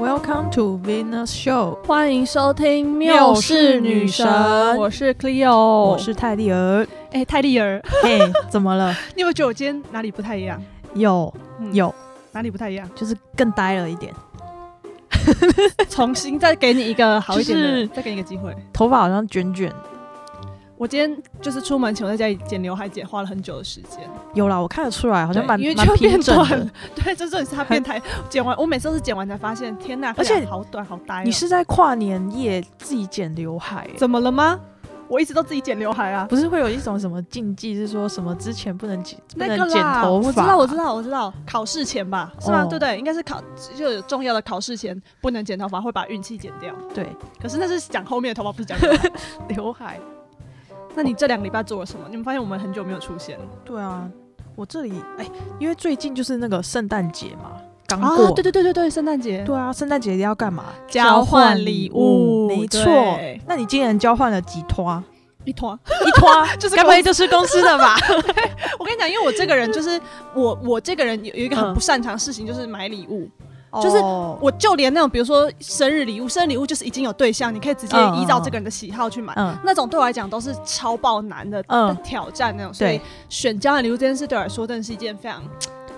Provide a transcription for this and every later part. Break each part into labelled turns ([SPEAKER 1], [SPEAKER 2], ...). [SPEAKER 1] Welcome to Venus Show，
[SPEAKER 2] 欢迎收听《
[SPEAKER 1] 缪
[SPEAKER 2] 缪
[SPEAKER 1] 氏
[SPEAKER 2] 氏
[SPEAKER 1] 女
[SPEAKER 2] 女
[SPEAKER 1] 神
[SPEAKER 2] 神》，我是 Clio，我
[SPEAKER 1] 我是泰利 儿。
[SPEAKER 2] 哎、泰利尔，
[SPEAKER 1] 嘿，怎么了？
[SPEAKER 2] 你有没有觉得我今天哪里不太一样？
[SPEAKER 1] 有
[SPEAKER 2] 嗯
[SPEAKER 1] 有，
[SPEAKER 2] 哪里不太一 样？
[SPEAKER 1] 就是更呆了一点，
[SPEAKER 2] 重新再给你一个好一点的，
[SPEAKER 1] 就是
[SPEAKER 2] 再给你一个机会。
[SPEAKER 1] 头发好像卷卷。
[SPEAKER 2] 我今天就是出门前我在家里剪刘海剪，花了很久的时间，
[SPEAKER 1] 有啦，我看得出来，好像
[SPEAKER 2] 对
[SPEAKER 1] 蛮
[SPEAKER 2] 因为
[SPEAKER 1] 蛮
[SPEAKER 2] 就
[SPEAKER 1] 平
[SPEAKER 2] 变
[SPEAKER 1] 整
[SPEAKER 2] 短
[SPEAKER 1] 的
[SPEAKER 2] 了。。对，这重点是它变太剪完，我每次都是剪完才发现，天呐，
[SPEAKER 1] 而且
[SPEAKER 2] 看起来好短好呆哦、
[SPEAKER 1] 你是在跨年夜自己剪刘海、欸？
[SPEAKER 2] 怎么了吗？我一直都自己剪刘海啊。
[SPEAKER 1] 不是会有一种什么禁忌，是说什么之前不能剪，不
[SPEAKER 2] 那
[SPEAKER 1] 能
[SPEAKER 2] 个
[SPEAKER 1] 剪
[SPEAKER 2] 啦，
[SPEAKER 1] 头发？
[SPEAKER 2] 我知道，我知。道，我知道，考试前吧，是吗？
[SPEAKER 1] 哦
[SPEAKER 2] 对不对？应该是考就有重要的考试前不能剪头发，会把运气剪掉。
[SPEAKER 1] 对，
[SPEAKER 2] 可是那是讲后面的头发，不 是讲头发。
[SPEAKER 1] 刘海。
[SPEAKER 2] 那你这两个礼拜做了什么？你们发现我们很久没有出现了
[SPEAKER 1] 对啊，我这里哎、因为最近就是那个圣诞节嘛，刚
[SPEAKER 2] 啊
[SPEAKER 1] 过。！
[SPEAKER 2] 对对对对对，圣诞节
[SPEAKER 1] 对啊，圣诞节要干嘛？嗯
[SPEAKER 2] 交换礼物
[SPEAKER 1] 没错
[SPEAKER 2] 对。
[SPEAKER 1] 那你今年交换了几拖？
[SPEAKER 2] 一团。
[SPEAKER 1] 一拖，
[SPEAKER 2] 就是
[SPEAKER 1] 该不会 就是公司的 吧？
[SPEAKER 2] 我跟你讲，因为我这个人就是我，我这个人有有一个很不擅长的事情，就是买礼物。就是
[SPEAKER 1] 我，
[SPEAKER 2] 我就连那种比如说生日礼物，生日礼物就是已经有对象，你可以直接
[SPEAKER 1] 嗯嗯
[SPEAKER 2] 依照这个人的喜好去买。
[SPEAKER 1] 嗯，
[SPEAKER 2] 那种对我来讲都是超爆难的、
[SPEAKER 1] 嗯
[SPEAKER 2] 的挑战那种，所以
[SPEAKER 1] 对。
[SPEAKER 2] 选交换礼物这件事对我来说真的是一件非常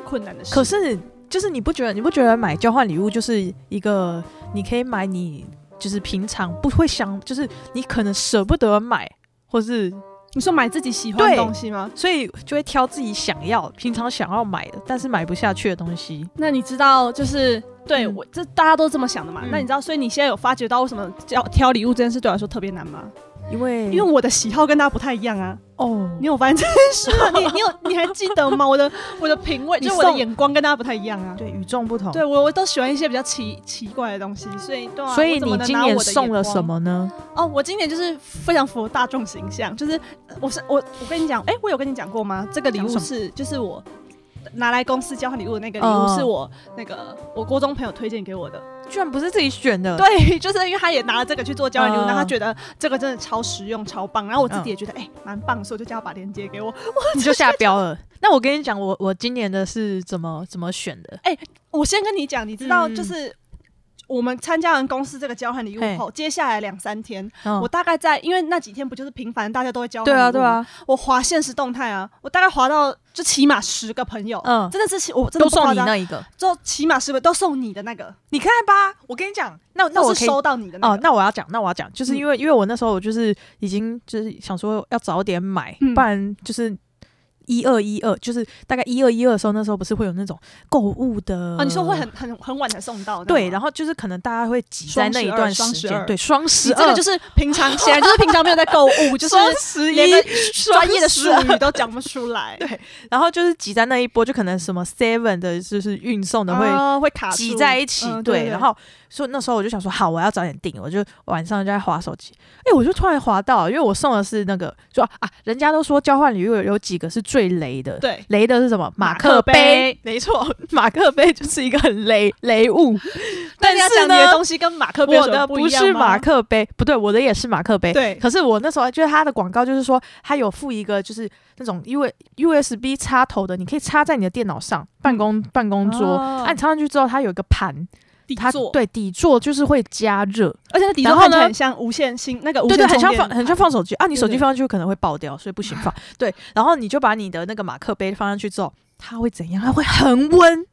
[SPEAKER 2] 困难的事。
[SPEAKER 1] 可是就是你不觉得你不觉得买交换礼物就是一个你可以买你就是平常不会想，就是你可能舍不得买，或是
[SPEAKER 2] 你说买自己喜欢的
[SPEAKER 1] 对
[SPEAKER 2] 东西吗？
[SPEAKER 1] 所以就会挑自己想要平常想要买的，但是买不下去的东西。
[SPEAKER 2] 那你知道就是对、
[SPEAKER 1] 嗯
[SPEAKER 2] 我这大家都这么想的嘛？
[SPEAKER 1] 嗯
[SPEAKER 2] 那你知道，所以你现在有发觉到为什么挑挑礼物这件事对我来说特别难吗？
[SPEAKER 1] 因为
[SPEAKER 2] 因为我的喜好跟大家不太一样啊。
[SPEAKER 1] 哦，
[SPEAKER 2] 你有发现这件事 吗？你你有你还记得吗？我的我的品味，
[SPEAKER 1] 你
[SPEAKER 2] 就是我的
[SPEAKER 1] 送哦
[SPEAKER 2] 眼光跟大家不太一样啊。
[SPEAKER 1] 对与众不同。
[SPEAKER 2] 对，我我都喜欢一些比较奇奇怪的东西，所以对啊。
[SPEAKER 1] 所以
[SPEAKER 2] 我怎么
[SPEAKER 1] 你
[SPEAKER 2] 能
[SPEAKER 1] 今
[SPEAKER 2] 拿
[SPEAKER 1] 年
[SPEAKER 2] 我的眼
[SPEAKER 1] 送了
[SPEAKER 2] 光
[SPEAKER 1] 什？么呢？
[SPEAKER 2] 哦，我今年就是非常符合大众形象，就是呃我是我我跟你讲，哎、我有跟你讲过吗？这个礼
[SPEAKER 1] 讲
[SPEAKER 2] 物
[SPEAKER 1] 什么
[SPEAKER 2] 是就是我拿来公司交换礼物的那个礼物
[SPEAKER 1] 嗯
[SPEAKER 2] 是我、那个我国中朋友推荐给我的。
[SPEAKER 1] 居然不是自己选的，
[SPEAKER 2] 对，啊就是因为他也拿了这个去做交换礼物，
[SPEAKER 1] 嗯
[SPEAKER 2] 然后他觉得这个真的超实用、超棒，然后我自己也觉得哎蛮、棒，所以我就叫他把链接给我。
[SPEAKER 1] 你就下标了。那我跟你讲，我我今年的是怎么怎么选的？
[SPEAKER 2] 我先跟你讲，你知道
[SPEAKER 1] 嗯
[SPEAKER 2] 就是。我们参加完公司这个交换礼物
[SPEAKER 1] 嘿
[SPEAKER 2] 后，接下来两三天，
[SPEAKER 1] 嗯
[SPEAKER 2] 我大概在因为那几天不就是频繁大家都会交换
[SPEAKER 1] 对啊
[SPEAKER 2] 礼物
[SPEAKER 1] 对
[SPEAKER 2] 吗
[SPEAKER 1] 啊，
[SPEAKER 2] 我滑现实动态啊，我大概滑到就起码十个朋友，
[SPEAKER 1] 嗯
[SPEAKER 2] 真的是起我真
[SPEAKER 1] 都
[SPEAKER 2] 的不夸
[SPEAKER 1] 送你
[SPEAKER 2] 张，
[SPEAKER 1] 那一个。
[SPEAKER 2] 就起码十个都送你的那个，
[SPEAKER 1] 你看吧，我跟你讲，那那我
[SPEAKER 2] 都
[SPEAKER 1] 可
[SPEAKER 2] 是
[SPEAKER 1] 以。
[SPEAKER 2] 收到你的那
[SPEAKER 1] 哦，
[SPEAKER 2] 个。
[SPEAKER 1] 那我要讲，那我要讲，就是
[SPEAKER 2] 嗯
[SPEAKER 1] 因为、因为我那时候我就是已经就是想说要早点买，
[SPEAKER 2] 嗯
[SPEAKER 1] 不然就是一二一二，就是大概一二一二的时候，那时候不是会有那种购物的
[SPEAKER 2] 哦，你说会很很很晚才送到，
[SPEAKER 1] 对，然
[SPEAKER 2] 后
[SPEAKER 1] 后就是可能大家会挤在那一
[SPEAKER 2] 双十二
[SPEAKER 1] 段
[SPEAKER 2] 双
[SPEAKER 1] 时
[SPEAKER 2] 十
[SPEAKER 1] 间，
[SPEAKER 2] 二
[SPEAKER 1] 对，双十
[SPEAKER 2] 这
[SPEAKER 1] 二
[SPEAKER 2] 个就是平常，显然就是平常没有在购 物，就是
[SPEAKER 1] 双十
[SPEAKER 2] 连
[SPEAKER 1] 一
[SPEAKER 2] 个专业的术
[SPEAKER 1] 双十二
[SPEAKER 2] 语都讲不出 来，对，
[SPEAKER 1] 然后就是挤在那一波，就可能什么 Seven 的，就是运送的会
[SPEAKER 2] 啊会卡住
[SPEAKER 1] 挤在一起，
[SPEAKER 2] 嗯
[SPEAKER 1] 对。
[SPEAKER 2] 对，
[SPEAKER 1] 然后所以那时候我就想说，好，我要早点订，我就晚上就在划手机。哎，我就突然划到，因为我送的是那个，就啊，人家都说交换礼物有有几个是最雷的，
[SPEAKER 2] 对，
[SPEAKER 1] 雷的是什么？
[SPEAKER 2] 马
[SPEAKER 1] 马克
[SPEAKER 2] 克杯
[SPEAKER 1] 杯，没错， 马克杯就是一个很雷雷物。但
[SPEAKER 2] 但是
[SPEAKER 1] 是
[SPEAKER 2] 讲你的
[SPEAKER 1] 呢，
[SPEAKER 2] 东西跟马克杯有
[SPEAKER 1] 我
[SPEAKER 2] 什么
[SPEAKER 1] 的
[SPEAKER 2] 不
[SPEAKER 1] 不
[SPEAKER 2] 一样吗
[SPEAKER 1] 是马，克杯，不对，我的也是马克杯。
[SPEAKER 2] 对，
[SPEAKER 1] 可是我那时候就是它的广告，就是说它有附一个就是那种 U USB 插头的，你可以插在你的电脑上办公、办公桌，
[SPEAKER 2] 嗯哦
[SPEAKER 1] 啊，你插上去之后，它有一个盘，
[SPEAKER 2] 底
[SPEAKER 1] 它
[SPEAKER 2] 座，，
[SPEAKER 1] 对底座就是会加热，
[SPEAKER 2] 而且那底座
[SPEAKER 1] 然后
[SPEAKER 2] 看起来
[SPEAKER 1] 呢
[SPEAKER 2] 很像无线芯，那个无
[SPEAKER 1] 对
[SPEAKER 2] 线
[SPEAKER 1] 对，很
[SPEAKER 2] 充
[SPEAKER 1] 像
[SPEAKER 2] 电
[SPEAKER 1] 放很像放手机啊，你
[SPEAKER 2] 对啊
[SPEAKER 1] 手机
[SPEAKER 2] 对
[SPEAKER 1] 放上去可能会爆掉，所以不行放。对，然后你就把你的那个马克杯放上去之后，它会怎样？它会恒温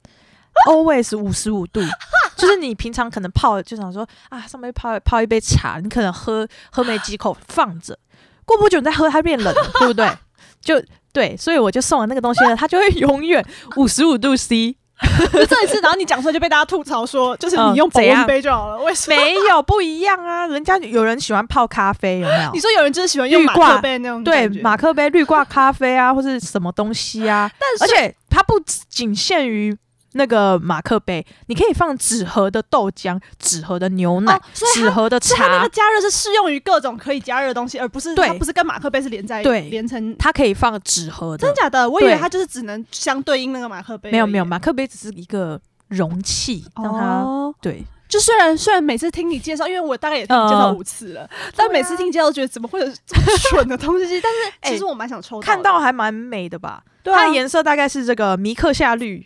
[SPEAKER 1] ，always 五十五度。就是你平常可能泡，就想说啊，上面泡泡一杯茶，你可能喝喝没几口，放着，过不久你再喝，它变冷了，对不对？就对，所以我就送了那个东西呢，它就会永远五十五度 C。
[SPEAKER 2] 就这一次，然后你讲出来就被大家吐槽说，就是
[SPEAKER 1] 嗯
[SPEAKER 2] 你用保
[SPEAKER 1] 怎样
[SPEAKER 2] 温杯就好了，为什么？
[SPEAKER 1] 没有不一样啊，人家有人喜欢泡咖啡，有没有
[SPEAKER 2] 你？说有人就是喜欢用马
[SPEAKER 1] 绿挂
[SPEAKER 2] 克杯那种
[SPEAKER 1] 对
[SPEAKER 2] 感，觉哦
[SPEAKER 1] 马克杯、绿挂咖啡啊，或是什么东西啊，
[SPEAKER 2] 但是
[SPEAKER 1] 而且它不仅限于那个马克杯，你可以放纸盒的豆浆、纸盒的牛奶、
[SPEAKER 2] 哦所以它
[SPEAKER 1] 纸盒的
[SPEAKER 2] 所以它那
[SPEAKER 1] 茶
[SPEAKER 2] 个，加热是适用于各种可以加热的东西，而不是
[SPEAKER 1] 对
[SPEAKER 2] 它不是跟马克杯是连在
[SPEAKER 1] 对
[SPEAKER 2] 连成。
[SPEAKER 1] 它可以放纸盒
[SPEAKER 2] 真
[SPEAKER 1] 的。
[SPEAKER 2] 假的？我以为
[SPEAKER 1] 对
[SPEAKER 2] 它就是只能相对应那个马克杯而已，
[SPEAKER 1] 没有没有，马克杯只是一个容器，让它、
[SPEAKER 2] 哦，
[SPEAKER 1] 对
[SPEAKER 2] 就虽然虽然每次听你介绍，因为我大概也听你介绍五次了，
[SPEAKER 1] 啊
[SPEAKER 2] 但每次听你介绍都觉得怎么会有这么蠢的东西？但是
[SPEAKER 1] 哎
[SPEAKER 2] 其实我蛮想抽
[SPEAKER 1] 看
[SPEAKER 2] 到
[SPEAKER 1] 到还蛮美的吧？
[SPEAKER 2] 的对啊
[SPEAKER 1] 它的颜色大概是这个米克夏绿。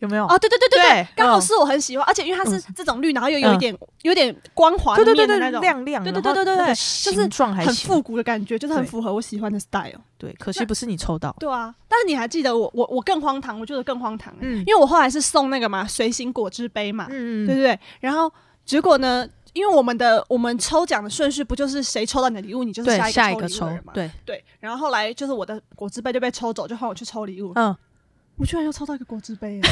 [SPEAKER 1] 有没有？
[SPEAKER 2] 哦，对对对对
[SPEAKER 1] 对
[SPEAKER 2] 对，刚好
[SPEAKER 1] 嗯
[SPEAKER 2] 是我很喜欢，而且因为它是这种绿，然后又有一
[SPEAKER 1] 嗯
[SPEAKER 2] 点有点光滑
[SPEAKER 1] 对对对
[SPEAKER 2] 面的
[SPEAKER 1] 对
[SPEAKER 2] 那，种，
[SPEAKER 1] 亮亮，
[SPEAKER 2] 对
[SPEAKER 1] 然
[SPEAKER 2] 对
[SPEAKER 1] 后
[SPEAKER 2] 对对对
[SPEAKER 1] 那个
[SPEAKER 2] 对就是
[SPEAKER 1] 形状还
[SPEAKER 2] 很
[SPEAKER 1] 行
[SPEAKER 2] 复古的感觉，就是很
[SPEAKER 1] 对
[SPEAKER 2] 符合我喜欢的 style。
[SPEAKER 1] 对，可惜不是你抽到，
[SPEAKER 2] 对啊，但是你还记得我我我更荒唐，我觉得更荒唐欸、
[SPEAKER 1] 嗯
[SPEAKER 2] 因为我后来是送那个嘛随行果汁杯嘛，
[SPEAKER 1] 嗯
[SPEAKER 2] 对不对？然后结果呢，因为我们的我们抽奖的顺序不就是谁抽到你的礼物，你就是
[SPEAKER 1] 对，下
[SPEAKER 2] 一
[SPEAKER 1] 一
[SPEAKER 2] 个
[SPEAKER 1] 个
[SPEAKER 2] 抽
[SPEAKER 1] 抽
[SPEAKER 2] 礼物的人嘛，
[SPEAKER 1] 对，
[SPEAKER 2] 对。然后后来就是我的果汁杯就被抽走，就换我去抽礼物，
[SPEAKER 1] 嗯，
[SPEAKER 2] 我居然又抽到一个果汁杯欸、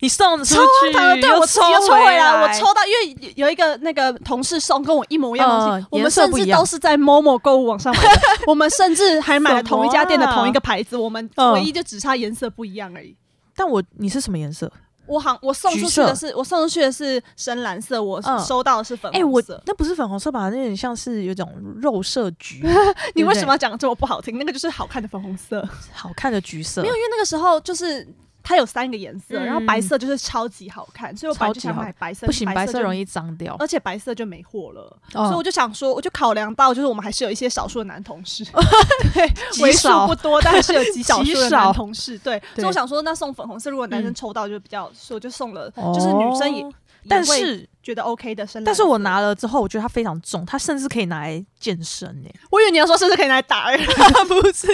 [SPEAKER 1] 你送出
[SPEAKER 2] 超荒
[SPEAKER 1] 去，
[SPEAKER 2] 唐的，对
[SPEAKER 1] 又
[SPEAKER 2] 我
[SPEAKER 1] 抽
[SPEAKER 2] 又抽
[SPEAKER 1] 回
[SPEAKER 2] 来，我抽到，因为有一个那个同事送跟我一模一样的东西，
[SPEAKER 1] 嗯
[SPEAKER 2] 我们
[SPEAKER 1] 颜色
[SPEAKER 2] 甚
[SPEAKER 1] 不
[SPEAKER 2] 至
[SPEAKER 1] 一样
[SPEAKER 2] 都是在 Momo 购物网上 买的，我们甚至还买了同一家店的同一个牌子，我们
[SPEAKER 1] 啊嗯
[SPEAKER 2] 唯一就只差颜色不一样而已。
[SPEAKER 1] 但我你是什么颜色？
[SPEAKER 2] 我好，我送出
[SPEAKER 1] 橘
[SPEAKER 2] 去
[SPEAKER 1] 色
[SPEAKER 2] 的是我送出去的是深蓝色，我
[SPEAKER 1] 嗯
[SPEAKER 2] 收到的是粉
[SPEAKER 1] 哎、
[SPEAKER 2] 红
[SPEAKER 1] 我
[SPEAKER 2] 色。
[SPEAKER 1] 那不是粉红色吧？那有点像是有一种肉色 橘，
[SPEAKER 2] 你
[SPEAKER 1] 对不
[SPEAKER 2] 为什
[SPEAKER 1] 对嗯
[SPEAKER 2] 么要讲得这么不好听？那个就是好看的粉红色，
[SPEAKER 1] 好看的橘色
[SPEAKER 2] 没有，？因为那个时候就是。它有三个颜色，
[SPEAKER 1] 嗯
[SPEAKER 2] 然后白色就是超级好看，所以我本来就想买白色，
[SPEAKER 1] 不行，白色容
[SPEAKER 2] 易，
[SPEAKER 1] 易脏掉。
[SPEAKER 2] 而且白色就没货了。所以我
[SPEAKER 1] 哦，
[SPEAKER 2] 就想说，我就考量到，就是我们还是有一些少数的男同事，
[SPEAKER 1] 极
[SPEAKER 2] 为数
[SPEAKER 1] 少
[SPEAKER 2] 不多，但是有哦极少数的
[SPEAKER 1] 极少
[SPEAKER 2] 男同事。对，嗯所以我想说，那送粉红色，如果男生抽到就比较，所以我就送了，就是女生也
[SPEAKER 1] 哦，但
[SPEAKER 2] 也会
[SPEAKER 1] 是
[SPEAKER 2] 觉得 OK 的深蓝色。
[SPEAKER 1] 但是我拿了之后，我觉得它非常重，它甚至可以拿来健身 呢、
[SPEAKER 2] 我以为你要说，甚至可以拿来打人。
[SPEAKER 1] 不是，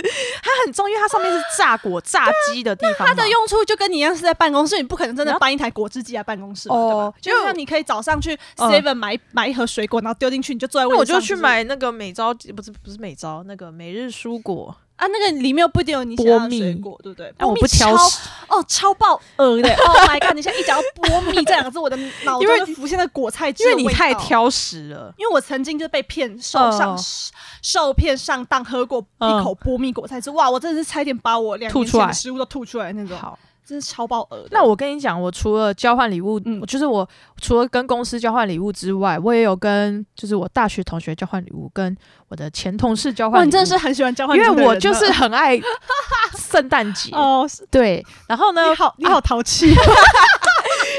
[SPEAKER 1] 它很重，因为它上面是榨果、榨鸡的地方嘛。
[SPEAKER 2] 啊它的用处就跟你一样是在办公室，你不可能真
[SPEAKER 1] 你
[SPEAKER 2] 的
[SPEAKER 1] 要
[SPEAKER 2] 搬一台果汁机来办公室嘛，对吧
[SPEAKER 1] 哦？
[SPEAKER 2] 就像你可以早上去 Seven 买买一盒水果，然后丢进嗯去，你就坐在位
[SPEAKER 1] 那我
[SPEAKER 2] 置上
[SPEAKER 1] 就去买那个美招，不是不是美招，那个每日蔬果。
[SPEAKER 2] 啊，那个里面又不一定有你想要
[SPEAKER 1] 波
[SPEAKER 2] 的
[SPEAKER 1] 蜜
[SPEAKER 2] 水果，对啊不对？
[SPEAKER 1] 但我
[SPEAKER 2] 波蜜
[SPEAKER 1] 不挑
[SPEAKER 2] 超
[SPEAKER 1] 食，
[SPEAKER 2] 哦，超爆 呃的！Oh my god！你现在一讲到波蜜这两个字，我的脑
[SPEAKER 1] 因为
[SPEAKER 2] 中就浮现了果菜汁，
[SPEAKER 1] 因为你太。挑食了。
[SPEAKER 2] 因为我曾经就被骗受上、
[SPEAKER 1] 哦
[SPEAKER 2] 受骗上当，喝过一口波蜜果菜汁，哇！我真的是差一点把我
[SPEAKER 1] 嗯
[SPEAKER 2] 两
[SPEAKER 1] 吐
[SPEAKER 2] 年
[SPEAKER 1] 出
[SPEAKER 2] 前的
[SPEAKER 1] 来
[SPEAKER 2] 食物都吐出来那种，
[SPEAKER 1] 好，
[SPEAKER 2] 真是超爆呃的。
[SPEAKER 1] 那我跟你讲，我除了交换礼物，
[SPEAKER 2] 嗯
[SPEAKER 1] 我就是我除了跟公司交换礼物之外，我也有跟就是我大学同学交换礼物，跟我的前同事交换
[SPEAKER 2] 哇，
[SPEAKER 1] 礼
[SPEAKER 2] 你
[SPEAKER 1] 物。
[SPEAKER 2] 真的是很喜欢交换
[SPEAKER 1] 因
[SPEAKER 2] 礼物的人呢，
[SPEAKER 1] 为我就是很 爱圣诞节，
[SPEAKER 2] 哦，是
[SPEAKER 1] 对，然 后呢，
[SPEAKER 2] 你 好，你好淘气，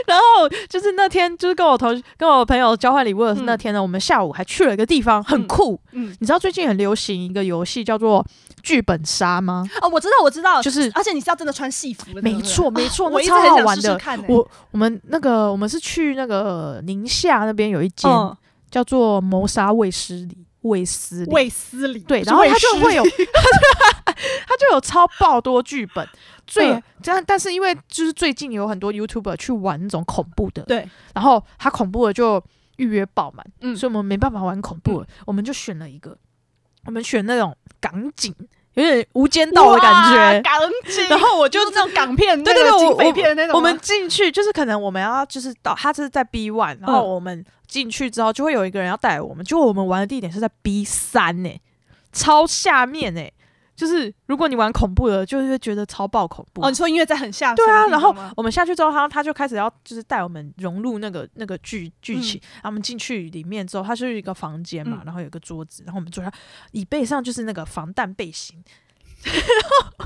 [SPEAKER 1] 然后就是那天就是跟我同跟我朋友交换礼物的那天呢，我们下午还去了一个地方，很酷。
[SPEAKER 2] 嗯，
[SPEAKER 1] 你知道最近很流行一个游戏叫做剧本杀吗？
[SPEAKER 2] 哦，我知道，我知道，
[SPEAKER 1] 就是
[SPEAKER 2] 而且你是要真的穿戏服的，
[SPEAKER 1] 没错，没
[SPEAKER 2] 对哦
[SPEAKER 1] 错，
[SPEAKER 2] 不
[SPEAKER 1] 那
[SPEAKER 2] 对，我一直
[SPEAKER 1] 超
[SPEAKER 2] 很
[SPEAKER 1] 好
[SPEAKER 2] 想
[SPEAKER 1] 玩
[SPEAKER 2] 试试
[SPEAKER 1] 的。
[SPEAKER 2] 看欸，
[SPEAKER 1] 我我们那个我们是去那个宁夏那边有一间、
[SPEAKER 2] 嗯，
[SPEAKER 1] 叫做谋杀卫斯理卫斯理，
[SPEAKER 2] 卫斯理，
[SPEAKER 1] 对，
[SPEAKER 2] 不是
[SPEAKER 1] 然后
[SPEAKER 2] 卫
[SPEAKER 1] 他就
[SPEAKER 2] 斯
[SPEAKER 1] 会
[SPEAKER 2] 理
[SPEAKER 1] 有，他就他就有超爆多剧本，最
[SPEAKER 2] 嗯
[SPEAKER 1] 但、但是因为就是最近有很多 YouTuber 去玩那种恐怖的，
[SPEAKER 2] 对，
[SPEAKER 1] 然后他恐怖的就预约爆满，
[SPEAKER 2] 嗯
[SPEAKER 1] 所以我们没办法玩恐怖了，我们就选了一个，我们选那种港警，有点无间道的感
[SPEAKER 2] 哇
[SPEAKER 1] 觉，
[SPEAKER 2] 港警，
[SPEAKER 1] 然后我就
[SPEAKER 2] 就是那种港片，
[SPEAKER 1] 对
[SPEAKER 2] 那
[SPEAKER 1] 对
[SPEAKER 2] 个
[SPEAKER 1] 对我
[SPEAKER 2] 警匪片的那种吗。嗯
[SPEAKER 1] 我们进去就是可能我们要就是到他这是在 B one，然后我们进去之后就会有一个人要带我们，就我们玩的地点是在 B 三呢、超下面呢、就是如果你玩恐怖的，就是会觉得超爆恐怖。
[SPEAKER 2] 哦，你说音乐在很下
[SPEAKER 1] 对啊，
[SPEAKER 2] 层的
[SPEAKER 1] 然
[SPEAKER 2] 地方
[SPEAKER 1] 后
[SPEAKER 2] 吗
[SPEAKER 1] 我们下去之后，他他就开始要就是带我们融入那个那个剧剧情。然后我们进去里面之后，它是一个房间嘛，
[SPEAKER 2] 嗯
[SPEAKER 1] 然后有个桌子，然后我们坐下，椅背上就是那个防弹背心， 然后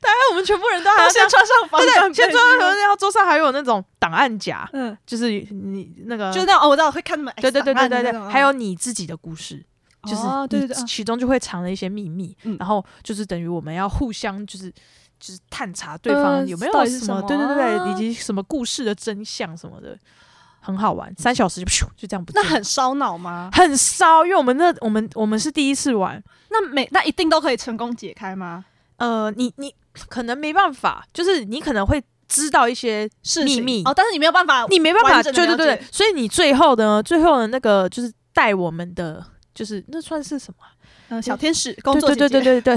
[SPEAKER 1] 大家我们全部人都还要
[SPEAKER 2] 都
[SPEAKER 1] 这样
[SPEAKER 2] 啊先穿上防
[SPEAKER 1] 哦对
[SPEAKER 2] 弹
[SPEAKER 1] 对，
[SPEAKER 2] 背
[SPEAKER 1] 先
[SPEAKER 2] 心，
[SPEAKER 1] 桌上然后桌上还有那种档案夹，
[SPEAKER 2] 嗯，
[SPEAKER 1] 就是你那个，
[SPEAKER 2] 就是那种哦，我知道会看他们
[SPEAKER 1] 对对对
[SPEAKER 2] X 档
[SPEAKER 1] 对
[SPEAKER 2] 案
[SPEAKER 1] 对
[SPEAKER 2] 的那
[SPEAKER 1] 对
[SPEAKER 2] 种，啊
[SPEAKER 1] 还有你自己的故事，就是
[SPEAKER 2] 哦对对对
[SPEAKER 1] 你
[SPEAKER 2] 啊
[SPEAKER 1] 其中就会藏了一些秘密
[SPEAKER 2] 嗯，
[SPEAKER 1] 然后就是等于我们要互相就是。就是探查对方
[SPEAKER 2] 呃
[SPEAKER 1] 有没有
[SPEAKER 2] 到底是
[SPEAKER 1] 什么，
[SPEAKER 2] 什么
[SPEAKER 1] 对对对
[SPEAKER 2] 啊
[SPEAKER 1] 对，以及什么故事的真相什么的，很好玩。三小时就咻就这样不见
[SPEAKER 2] 那
[SPEAKER 1] 了，
[SPEAKER 2] 很烧脑吗？
[SPEAKER 1] 很烧，因为我们那我们我们是第一次玩，
[SPEAKER 2] 那每那一定都可以成功解开吗？
[SPEAKER 1] 呃，你你可能没办法，就是你可能会知道一些
[SPEAKER 2] 是
[SPEAKER 1] 秘密
[SPEAKER 2] 哦，但是你没有办法，
[SPEAKER 1] 你没办法，
[SPEAKER 2] 完整
[SPEAKER 1] 对
[SPEAKER 2] 地
[SPEAKER 1] 对
[SPEAKER 2] 了
[SPEAKER 1] 对
[SPEAKER 2] 解，
[SPEAKER 1] 所以你最后呢，最后的那个就是带我们的，就是那算是什么啊？
[SPEAKER 2] 嗯，小天使工作
[SPEAKER 1] 对对
[SPEAKER 2] 姐
[SPEAKER 1] 对
[SPEAKER 2] 姐
[SPEAKER 1] 对对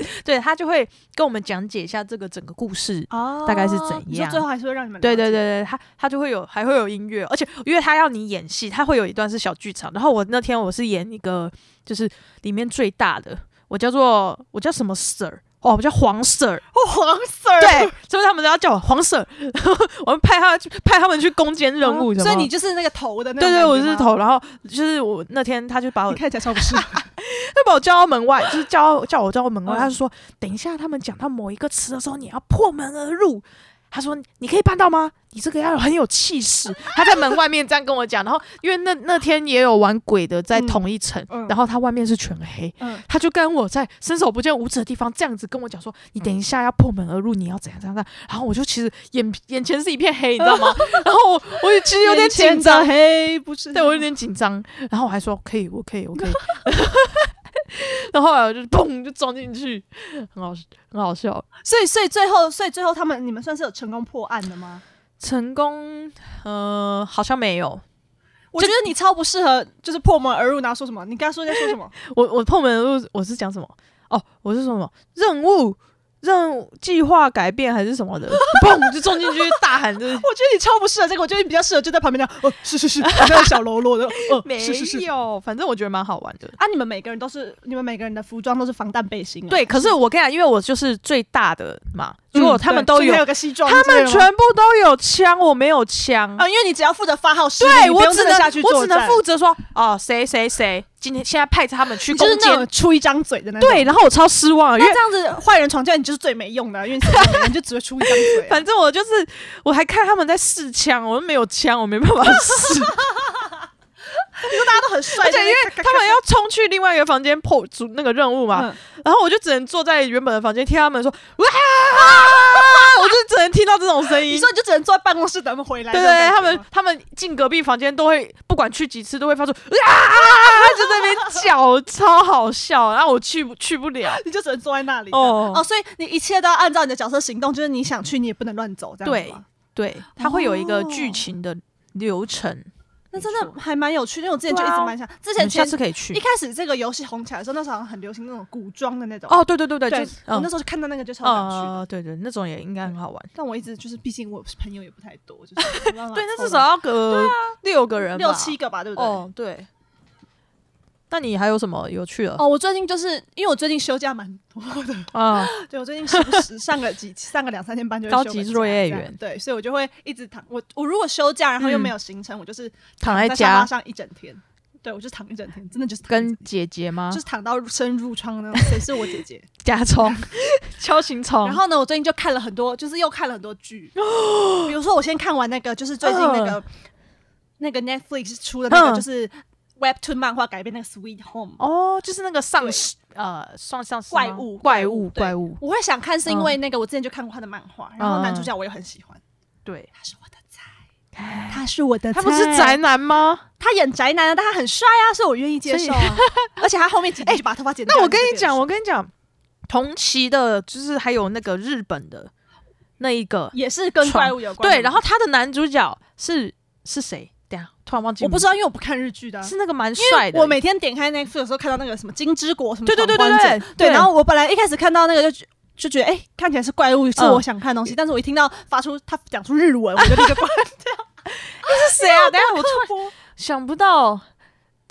[SPEAKER 1] 对， 对他就会跟我们讲解一下这个整个故事。
[SPEAKER 2] 哦，
[SPEAKER 1] 大概是怎
[SPEAKER 2] 你说
[SPEAKER 1] 样
[SPEAKER 2] 最后还是会让你们
[SPEAKER 1] 对
[SPEAKER 2] 了
[SPEAKER 1] 对
[SPEAKER 2] 解，
[SPEAKER 1] 对对，他他就会有还会有音乐，而且因为他要你演戏，他会有一段是小剧场。然后我那天我是演一个就是里面最大的，我叫做我叫什么 Sir。哦，我叫黄 Sir，
[SPEAKER 2] 哦，黄 Sir，
[SPEAKER 1] 对，所以他们都要叫我黄 Sir。我 们派他去派他们去攻坚任务
[SPEAKER 2] 哦
[SPEAKER 1] 什么，
[SPEAKER 2] 所以你就是那个头的那种
[SPEAKER 1] 对对，
[SPEAKER 2] 感
[SPEAKER 1] 我
[SPEAKER 2] 觉
[SPEAKER 1] 是
[SPEAKER 2] 吗，
[SPEAKER 1] 头，然后就是我那天他就把我
[SPEAKER 2] 你看起来超不 是，
[SPEAKER 1] 他把我叫到门外，就是叫叫我叫到门外，
[SPEAKER 2] 嗯
[SPEAKER 1] 他就说等一下他们讲到某一个词的时候，你要破门而入。他说：“你可以办到吗？你这个要很有气势。”他在门外面这样跟我讲，然后因为那那天也有玩鬼的在
[SPEAKER 2] 嗯
[SPEAKER 1] 同一层，
[SPEAKER 2] 嗯
[SPEAKER 1] 然后他外面是全黑，
[SPEAKER 2] 嗯
[SPEAKER 1] 他就跟我在伸手不见五指的地方这样子跟我讲说：“你
[SPEAKER 2] 嗯
[SPEAKER 1] 等一下要破门而入，你要怎样怎样。怎样”然后我就其实眼眼前是一片黑，你知道吗？ 然后我我也其实有点紧张，
[SPEAKER 2] 嘿，不是
[SPEAKER 1] 对我有点紧张，然后我还说可以，我可以，我可以。 然后后来我就砰就撞进去，很好很好笑。
[SPEAKER 2] 所以所以最后所以最后他们你们算是有成功破案的吗？
[SPEAKER 1] 成功，呃，好像没有。
[SPEAKER 2] 我觉得你超不适合，就是破门而入，然后说什么？你刚刚说在说 什么？
[SPEAKER 1] 我我破门而入，我是讲什么？哦，我是说什么任务、任务计划改变还是什么的？ 砰就撞进去，大喊 就是
[SPEAKER 2] 我觉得你超不适合这个，我觉得你比较适合就在旁边这样，哦，是是是，这样小喽啰的，哦，
[SPEAKER 1] 没
[SPEAKER 2] 是是是。
[SPEAKER 1] 有，反正我觉得蛮好玩的。
[SPEAKER 2] 啊，你们每个人都是，你们每个人的服装都是防弹背心啊。
[SPEAKER 1] 对，可是我跟你讲，因为我就是最大的嘛，
[SPEAKER 2] 嗯，
[SPEAKER 1] 如果他们都
[SPEAKER 2] 对所以
[SPEAKER 1] 有
[SPEAKER 2] 还，有个西装之
[SPEAKER 1] 他
[SPEAKER 2] 类的吗，
[SPEAKER 1] 们全部都有枪，我没有枪。
[SPEAKER 2] 啊，因为你只要负责发号施令，
[SPEAKER 1] 对
[SPEAKER 2] 你不
[SPEAKER 1] 我
[SPEAKER 2] 用
[SPEAKER 1] 只
[SPEAKER 2] 真的
[SPEAKER 1] 能
[SPEAKER 2] 下去
[SPEAKER 1] 我
[SPEAKER 2] 作
[SPEAKER 1] 只能
[SPEAKER 2] 战
[SPEAKER 1] 负责说哦，谁谁谁今天现在派着他们去
[SPEAKER 2] 你
[SPEAKER 1] 攻
[SPEAKER 2] 就是那
[SPEAKER 1] 坚
[SPEAKER 2] 种，出一张嘴的那种。
[SPEAKER 1] 对，然后我超失望，因为
[SPEAKER 2] 那这样子坏人闯进来，你就是最没用的啊，因为你什么都没有你就只会出一张嘴啊。
[SPEAKER 1] 反正我就是我还看他们在试枪，我又没有枪，我没办法 试，
[SPEAKER 2] 因为大家都很帅，
[SPEAKER 1] 而且
[SPEAKER 2] 在
[SPEAKER 1] 因
[SPEAKER 2] 那
[SPEAKER 1] 为
[SPEAKER 2] 边咔
[SPEAKER 1] 他们要冲去另外一个房间破主那个任务嘛，
[SPEAKER 2] 咔咔咔，
[SPEAKER 1] 然后我就只能坐在原本的房间听他们说 哇，我就只能听到这种声
[SPEAKER 2] 你
[SPEAKER 1] 音。
[SPEAKER 2] 说你就只能坐在办公室等他们回来。
[SPEAKER 1] 对
[SPEAKER 2] 这种
[SPEAKER 1] 对，
[SPEAKER 2] 感觉
[SPEAKER 1] 他们
[SPEAKER 2] 吗
[SPEAKER 1] 他们进隔壁房间都会，不管去几次都会发出啊，就在那边叫，超好笑。然后我去不去不了，
[SPEAKER 2] 你就只能坐在那里。
[SPEAKER 1] 哦
[SPEAKER 2] 哦哦，所以你一切都要按照你的角色行动，就是你想去，你也不能乱走，这样子
[SPEAKER 1] 对
[SPEAKER 2] 吗
[SPEAKER 1] 对，它会有一个剧
[SPEAKER 2] 哦
[SPEAKER 1] 情的流程。
[SPEAKER 2] 那
[SPEAKER 1] 没
[SPEAKER 2] 真
[SPEAKER 1] 错
[SPEAKER 2] 的还蛮有趣，因为我之前就一
[SPEAKER 1] 对啊
[SPEAKER 2] 直蛮想，之
[SPEAKER 1] 你
[SPEAKER 2] 前
[SPEAKER 1] 们下
[SPEAKER 2] 前
[SPEAKER 1] 次可以去
[SPEAKER 2] 一。开始这个游戏红起来的时候，那时候好像很流行那种古装的那种。
[SPEAKER 1] 哦，对对对对，
[SPEAKER 2] 对
[SPEAKER 1] 就，
[SPEAKER 2] 我
[SPEAKER 1] 嗯
[SPEAKER 2] 那时候就看到那个就超想去的。
[SPEAKER 1] 呃，对对，那种也应该很好玩。
[SPEAKER 2] 但我一直就是，毕竟我朋友也不太多，就是没办法
[SPEAKER 1] 对，那
[SPEAKER 2] 凑
[SPEAKER 1] 至
[SPEAKER 2] 到
[SPEAKER 1] 少要个六个人吧，
[SPEAKER 2] 啊六七个吧，对不对？
[SPEAKER 1] 哦，对。那你还有什么有趣的？
[SPEAKER 2] 哦，我最近就是因为我最近休假蛮多的，
[SPEAKER 1] 啊，
[SPEAKER 2] 对我最近时不 时上个几上个两三天班就会
[SPEAKER 1] 高
[SPEAKER 2] 休
[SPEAKER 1] 级
[SPEAKER 2] 个假
[SPEAKER 1] 作业
[SPEAKER 2] 这样
[SPEAKER 1] 员
[SPEAKER 2] 对，所以我就会一直躺我我如果休假然后又没
[SPEAKER 1] 嗯
[SPEAKER 2] 有行程，我就是
[SPEAKER 1] 躺在
[SPEAKER 2] 在沙发
[SPEAKER 1] 家
[SPEAKER 2] 上一整天，对我就躺一整天，真的就是躺一
[SPEAKER 1] 跟
[SPEAKER 2] 整天
[SPEAKER 1] 姐姐吗
[SPEAKER 2] 就？是躺到深入窗那种，谁是我姐姐？
[SPEAKER 1] 加葱、敲行虫，
[SPEAKER 2] 然后呢，我最近就看了很多，就是又看了很多剧，比如说我先看完那个，就是最近那个、那个 Netflix 出的那
[SPEAKER 1] 嗯
[SPEAKER 2] 个，就是 Webtoon 漫画改编那个 Sweet Home。
[SPEAKER 1] 哦，就是那个丧
[SPEAKER 2] 对
[SPEAKER 1] 尸呃，上丧尸
[SPEAKER 2] 怪
[SPEAKER 1] 吗
[SPEAKER 2] 物
[SPEAKER 1] 怪
[SPEAKER 2] 怪
[SPEAKER 1] 物
[SPEAKER 2] 物对
[SPEAKER 1] 怪物，
[SPEAKER 2] 我会想看是
[SPEAKER 1] 嗯
[SPEAKER 2] 因为那个我之前就看过他的漫画，然后男主角我也很喜欢，
[SPEAKER 1] 对，
[SPEAKER 2] 他是我的菜，他是我的
[SPEAKER 1] 他
[SPEAKER 2] 菜，
[SPEAKER 1] 不是宅，男吗？
[SPEAKER 2] 他演宅男啊，但他很帅啊，所以我愿意接 受啊，而且他后面几集就把头发剪掉，
[SPEAKER 1] 哎那我跟你讲，
[SPEAKER 2] 就
[SPEAKER 1] 我跟你讲，同期的就是还有那个日本的那一个，
[SPEAKER 2] 变帅也是跟怪物有关，
[SPEAKER 1] 对，然后他的男主角是是谁？等一下突然忘记
[SPEAKER 2] 我
[SPEAKER 1] 名字，
[SPEAKER 2] 不知道，因为我不看日剧的啊、
[SPEAKER 1] 是那个蛮帅的，
[SPEAKER 2] 我每天点开 Netflix 的时候，看到那个什么金之国什么
[SPEAKER 1] 对对对对
[SPEAKER 2] 闯关者
[SPEAKER 1] 对对
[SPEAKER 2] 对，然后我本来一开始看到那个就觉就觉得哎、诶看起来是怪物，是
[SPEAKER 1] 嗯
[SPEAKER 2] 我想看的东西，但是我一听到发出他讲出日文，我就立刻关
[SPEAKER 1] 是谁啊？等一下我突然
[SPEAKER 2] 播。
[SPEAKER 1] 想不到，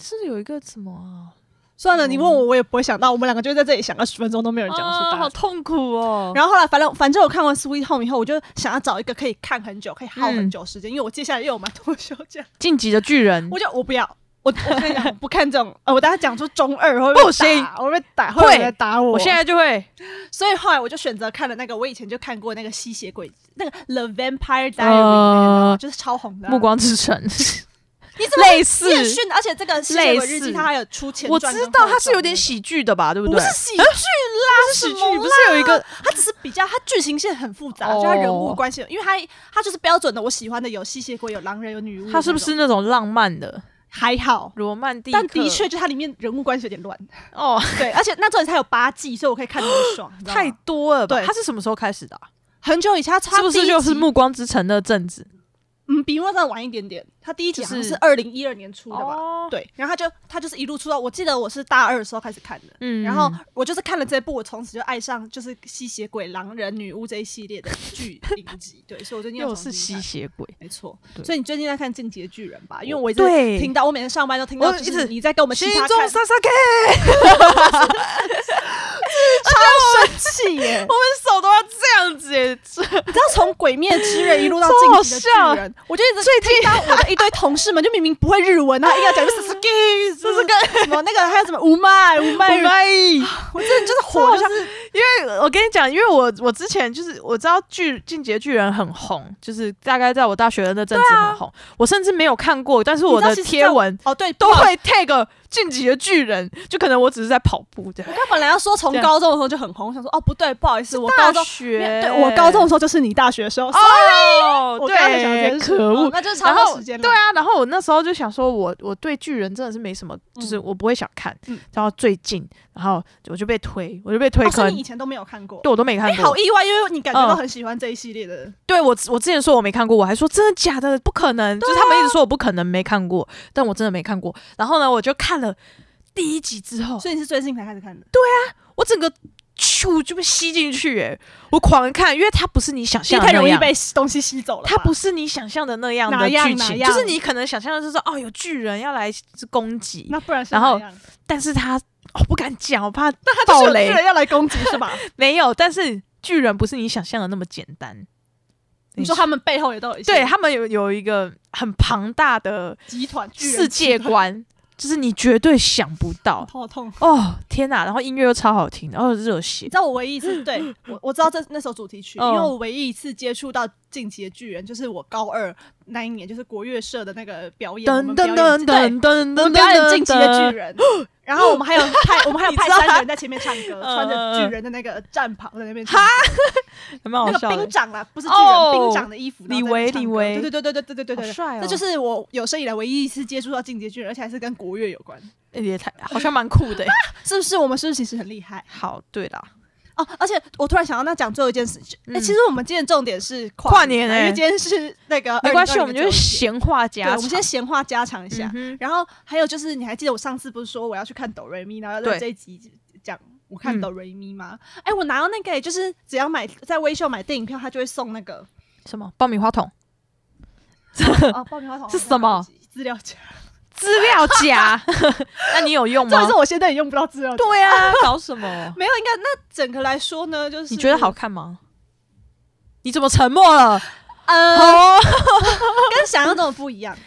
[SPEAKER 1] 是有一个什么
[SPEAKER 2] 啊算了，你问我我也不会想到，我们两个就在这里想了十分钟都没
[SPEAKER 1] 啊？
[SPEAKER 2] 有人讲出答案。
[SPEAKER 1] 好痛苦哦。
[SPEAKER 2] 然后后来，反正反正我看完《Sweet Home》以后，我就想要找一个可以看很久、可以耗很久时间，因为我接下来又有蛮
[SPEAKER 1] 嗯
[SPEAKER 2] 多 休假，
[SPEAKER 1] 晋级的巨人
[SPEAKER 2] 我就我不要，我 我跟你讲，我不看这种，呃，我等下讲出中二会被
[SPEAKER 1] 不行
[SPEAKER 2] 打我会被打，
[SPEAKER 1] 会
[SPEAKER 2] 会有人来打我。
[SPEAKER 1] 我现在就会，
[SPEAKER 2] 所以后来我就选择看了那个我以前就看过那个吸血鬼，那个《The Vampire Diary》
[SPEAKER 1] 呃，
[SPEAKER 2] 就是超红的、
[SPEAKER 1] 暮，光之城，
[SPEAKER 2] 你怎么
[SPEAKER 1] 类似，
[SPEAKER 2] 电讯？而且这个吸血鬼日
[SPEAKER 1] 类似
[SPEAKER 2] 记它还有出前
[SPEAKER 1] 我
[SPEAKER 2] 传跟后
[SPEAKER 1] 知
[SPEAKER 2] 传
[SPEAKER 1] 道它是有点，喜剧的吧，对
[SPEAKER 2] 不
[SPEAKER 1] 对？
[SPEAKER 2] 是喜剧啦，
[SPEAKER 1] 是喜
[SPEAKER 2] 什么
[SPEAKER 1] 剧，
[SPEAKER 2] 啦
[SPEAKER 1] 不是有一个
[SPEAKER 2] 它只是比较它剧情线很复杂，
[SPEAKER 1] 哦
[SPEAKER 2] 就它人物关系，因为它它就是标准的我喜欢的有吸血鬼、有狼人、有女巫，
[SPEAKER 1] 它是不是那种浪漫的
[SPEAKER 2] 还好？
[SPEAKER 1] 罗曼蒂克？
[SPEAKER 2] 但的确，就它里面人物关系有点乱，
[SPEAKER 1] 哦，
[SPEAKER 2] 对，而且那重点它有八季，所以我可以看得很 爽，你知道吗
[SPEAKER 1] 太多了吧？
[SPEAKER 2] 对
[SPEAKER 1] 它是什么时候开始的啊？
[SPEAKER 2] 很久以前，它它
[SPEAKER 1] 是不
[SPEAKER 2] 第
[SPEAKER 1] 是
[SPEAKER 2] 一
[SPEAKER 1] 就是
[SPEAKER 2] 集
[SPEAKER 1] 暮光之城那阵子？
[SPEAKER 2] 嗯，比莫再晚一点点，他第一集好像
[SPEAKER 1] 就是
[SPEAKER 2] 是二零一二年出的吧？
[SPEAKER 1] 哦，
[SPEAKER 2] 对，然后他就他就是一路出到，我记得我是大二的时候开始看的，
[SPEAKER 1] 嗯
[SPEAKER 2] 然后我就是看了这部，我从此就爱上就是吸血鬼、狼人、女巫这一系列的剧影集。 对，所以我最近又
[SPEAKER 1] 又
[SPEAKER 2] 重
[SPEAKER 1] 是
[SPEAKER 2] 新
[SPEAKER 1] 吸
[SPEAKER 2] 看，
[SPEAKER 1] 血鬼，
[SPEAKER 2] 没错
[SPEAKER 1] 对。
[SPEAKER 2] 所以你最近在看《进击的巨人》吧？因为
[SPEAKER 1] 我
[SPEAKER 2] 我一直
[SPEAKER 1] 对
[SPEAKER 2] 听到，我每天上班都听到，
[SPEAKER 1] 我
[SPEAKER 2] 就
[SPEAKER 1] 一直
[SPEAKER 2] 是你在跟我们其
[SPEAKER 1] 心
[SPEAKER 2] 他
[SPEAKER 1] 中
[SPEAKER 2] 看，
[SPEAKER 1] 杀杀 K，
[SPEAKER 2] 超生气 耶！
[SPEAKER 1] 我们 手都要这样子耶，这
[SPEAKER 2] 你知道从《鬼灭之刃》一路到
[SPEAKER 1] 超
[SPEAKER 2] 《
[SPEAKER 1] 好
[SPEAKER 2] 进击的巨
[SPEAKER 1] 笑
[SPEAKER 2] 人》，我就一直听到我的一堆同事们，就明明不会日文， 然后硬要讲就是这是个什么那个还有什么无麦无麦
[SPEAKER 1] 卖艺，
[SPEAKER 2] 我真的就是火，就像
[SPEAKER 1] 因为我跟你讲，因为我我之前就是我知道巨进阶巨人很红，就是大概在我大学的那阵子很红、我甚至没有看过，啊但是我的
[SPEAKER 2] 你知道其实
[SPEAKER 1] 贴
[SPEAKER 2] 在我
[SPEAKER 1] 文
[SPEAKER 2] 哦，对，
[SPEAKER 1] 都
[SPEAKER 2] 不好意思。
[SPEAKER 1] 会 tag 进阶巨人，就可能我只是在跑步这样
[SPEAKER 2] 我。刚本来要说从
[SPEAKER 1] 对
[SPEAKER 2] 高中的时候就很红，我想说哦不对，不好意思，我高
[SPEAKER 1] 大
[SPEAKER 2] 中
[SPEAKER 1] 学，
[SPEAKER 2] 对我高中的时候就是你大学的时候，
[SPEAKER 1] 哦，
[SPEAKER 2] 我刚刚才想这
[SPEAKER 1] 对，
[SPEAKER 2] 件事
[SPEAKER 1] 可
[SPEAKER 2] 哦
[SPEAKER 1] 恶。
[SPEAKER 2] 那就是差
[SPEAKER 1] 然
[SPEAKER 2] 不
[SPEAKER 1] 后
[SPEAKER 2] 多时间了。
[SPEAKER 1] 对啊，然后我那时候就想说我，我对巨人真的是没什么，就是
[SPEAKER 2] 嗯
[SPEAKER 1] 我不会想看。
[SPEAKER 2] 嗯
[SPEAKER 1] 然后最近，然后我就被推，我就被推
[SPEAKER 2] 哦，所以
[SPEAKER 1] 坑，
[SPEAKER 2] 你以前都没有看过，
[SPEAKER 1] 对我都没看
[SPEAKER 2] 哎，
[SPEAKER 1] 过。
[SPEAKER 2] 好意外，因为你感觉
[SPEAKER 1] 嗯
[SPEAKER 2] 到很喜欢这一系列的。
[SPEAKER 1] 对我之，我之前说我没看过，我还说真的假的，不可能，就是他
[SPEAKER 2] 啊
[SPEAKER 1] 们一直说我不可能没看过，但我真的没看过。然后呢，我就看了第一集之后，
[SPEAKER 2] 所以你是最近才开始看的，
[SPEAKER 1] 我整个咻就被吸进去、欸，我狂看，因为它不是你想
[SPEAKER 2] 因
[SPEAKER 1] 象
[SPEAKER 2] 为
[SPEAKER 1] 的
[SPEAKER 2] 太
[SPEAKER 1] 那
[SPEAKER 2] 容易
[SPEAKER 1] 样。
[SPEAKER 2] 被东西吸走了吧。
[SPEAKER 1] 它不是你想象的那样的
[SPEAKER 2] 哪样
[SPEAKER 1] 剧
[SPEAKER 2] 哪
[SPEAKER 1] 情，
[SPEAKER 2] 样
[SPEAKER 1] 就是你可能想象的就是哦，有巨人要来攻击，
[SPEAKER 2] 那不然是
[SPEAKER 1] 然后
[SPEAKER 2] 哪样
[SPEAKER 1] 但是他哦不敢讲，我怕
[SPEAKER 2] 那他就
[SPEAKER 1] 暴
[SPEAKER 2] 是有
[SPEAKER 1] 雷
[SPEAKER 2] 巨人要来攻击 是吧？
[SPEAKER 1] 没有。但是巨人不是你想象的那么简单，
[SPEAKER 2] 你说他们背后也都有一些
[SPEAKER 1] 对他们有有一个很庞大的
[SPEAKER 2] 集团巨人
[SPEAKER 1] 世界
[SPEAKER 2] 集团
[SPEAKER 1] 观，就是你绝对想不到
[SPEAKER 2] 头痛。
[SPEAKER 1] 哦！天哪，然后音乐又超好听，然后热血
[SPEAKER 2] 你知道我唯一一次对我我知道这那首主题曲，
[SPEAKER 1] 嗯
[SPEAKER 2] 因为我唯一一次接触到《进击的巨人》，就是我高二那一年，就是国乐社的那个表演，我
[SPEAKER 1] 噔
[SPEAKER 2] 们
[SPEAKER 1] 噔
[SPEAKER 2] 表
[SPEAKER 1] 噔
[SPEAKER 2] 演对
[SPEAKER 1] 噔噔
[SPEAKER 2] 我
[SPEAKER 1] 噔
[SPEAKER 2] 们表演《
[SPEAKER 1] 噔
[SPEAKER 2] 进击的
[SPEAKER 1] 噔
[SPEAKER 2] 巨，人》， 然后我们还 有派我们还有派
[SPEAKER 1] 你知道
[SPEAKER 2] 三个人在前面唱歌，
[SPEAKER 1] 嗯
[SPEAKER 2] 穿着巨人的那个战袍在那边唱歌，
[SPEAKER 1] 还蛮好
[SPEAKER 2] 那
[SPEAKER 1] 笑
[SPEAKER 2] 个兵
[SPEAKER 1] 的，
[SPEAKER 2] 长啦，不是巨
[SPEAKER 1] 哦
[SPEAKER 2] 人，兵长的衣服，
[SPEAKER 1] 李
[SPEAKER 2] 然后在那边
[SPEAKER 1] 维
[SPEAKER 2] 唱
[SPEAKER 1] 李
[SPEAKER 2] 歌
[SPEAKER 1] 维
[SPEAKER 2] 对对对对对对对对
[SPEAKER 1] 好
[SPEAKER 2] 对。
[SPEAKER 1] 帅哦！
[SPEAKER 2] 这就是我有生以来唯一一次接触到《进击的巨人》，而且还是跟国乐有关，
[SPEAKER 1] 也太好像蛮酷的欸。
[SPEAKER 2] 是不是？我们是不是其实很厉害？
[SPEAKER 1] 好，对啦，
[SPEAKER 2] 哦，而且我突然想到，那讲最后一件事，哎、
[SPEAKER 1] 嗯
[SPEAKER 2] 其实我们今天的重点是
[SPEAKER 1] 跨
[SPEAKER 2] 跨
[SPEAKER 1] 年
[SPEAKER 2] 嘛
[SPEAKER 1] 欸
[SPEAKER 2] 因为今天是那个
[SPEAKER 1] 没关系，我们
[SPEAKER 2] 2022
[SPEAKER 1] 就是
[SPEAKER 2] 的节
[SPEAKER 1] 闲话
[SPEAKER 2] 对，
[SPEAKER 1] 家常。
[SPEAKER 2] 我们先闲话家常一下。
[SPEAKER 1] 嗯哼
[SPEAKER 2] 然后还有就是，你还记得我上次不是说我要去看哆瑞咪，然后要
[SPEAKER 1] 对
[SPEAKER 2] 在这一集讲我看
[SPEAKER 1] 嗯
[SPEAKER 2] 哆瑞咪吗？哎、我拿到那个、就是只要买在微秀买电影票，他就会送那 个
[SPEAKER 1] 什么爆米花桶、
[SPEAKER 2] 哦爆米花桶
[SPEAKER 1] 是什么
[SPEAKER 2] 资料夹？
[SPEAKER 1] 资料夹？ 那你有用
[SPEAKER 2] 重
[SPEAKER 1] 吗
[SPEAKER 2] 点是？我现在也用不到资料夹。
[SPEAKER 1] 对啊，搞什 么？
[SPEAKER 2] 没有，应该那整个来说呢，就是
[SPEAKER 1] 你觉得好？看吗？你怎么沉默了？
[SPEAKER 2] 呃，
[SPEAKER 1] 哦，
[SPEAKER 2] 跟想象中的不一样，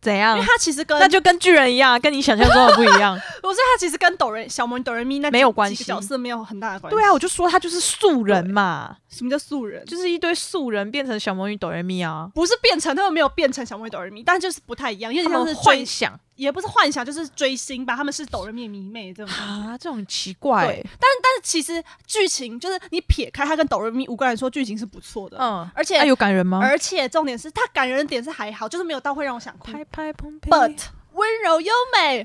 [SPEAKER 1] 怎
[SPEAKER 2] 因
[SPEAKER 1] 样
[SPEAKER 2] 为？它其实跟
[SPEAKER 1] 嗯那就跟巨人一样，跟你想象中的不一样。
[SPEAKER 2] 我说他其实跟抖人小魔女抖人咪那几
[SPEAKER 1] 没有关系
[SPEAKER 2] 几个角色没有很大的关 系。
[SPEAKER 1] 对啊，，我就说他就是素人嘛，
[SPEAKER 2] 什么叫素人？就
[SPEAKER 1] 就是一堆素人变成小魔女哆瑞咪啊，
[SPEAKER 2] 不是变成他们没有变成小魔女抖人咪，但就是不太一样，有
[SPEAKER 1] 他
[SPEAKER 2] 点像
[SPEAKER 1] 们
[SPEAKER 2] 是
[SPEAKER 1] 幻
[SPEAKER 2] 追，
[SPEAKER 1] 想
[SPEAKER 2] 也不是幻想，就是追星吧。他们是抖人咪迷妹这种。
[SPEAKER 1] 啊，这种很奇怪欸、
[SPEAKER 2] 但是其实剧情就是你撇开它跟抖人咪无关来说，剧情是不错的。
[SPEAKER 1] 嗯，
[SPEAKER 2] 而且、
[SPEAKER 1] 哎、有感人吗？
[SPEAKER 2] 而且重点是它感人的点是还好，就是没有到会让我想哭。
[SPEAKER 1] 拍拍砰砰
[SPEAKER 2] But 温柔优 美，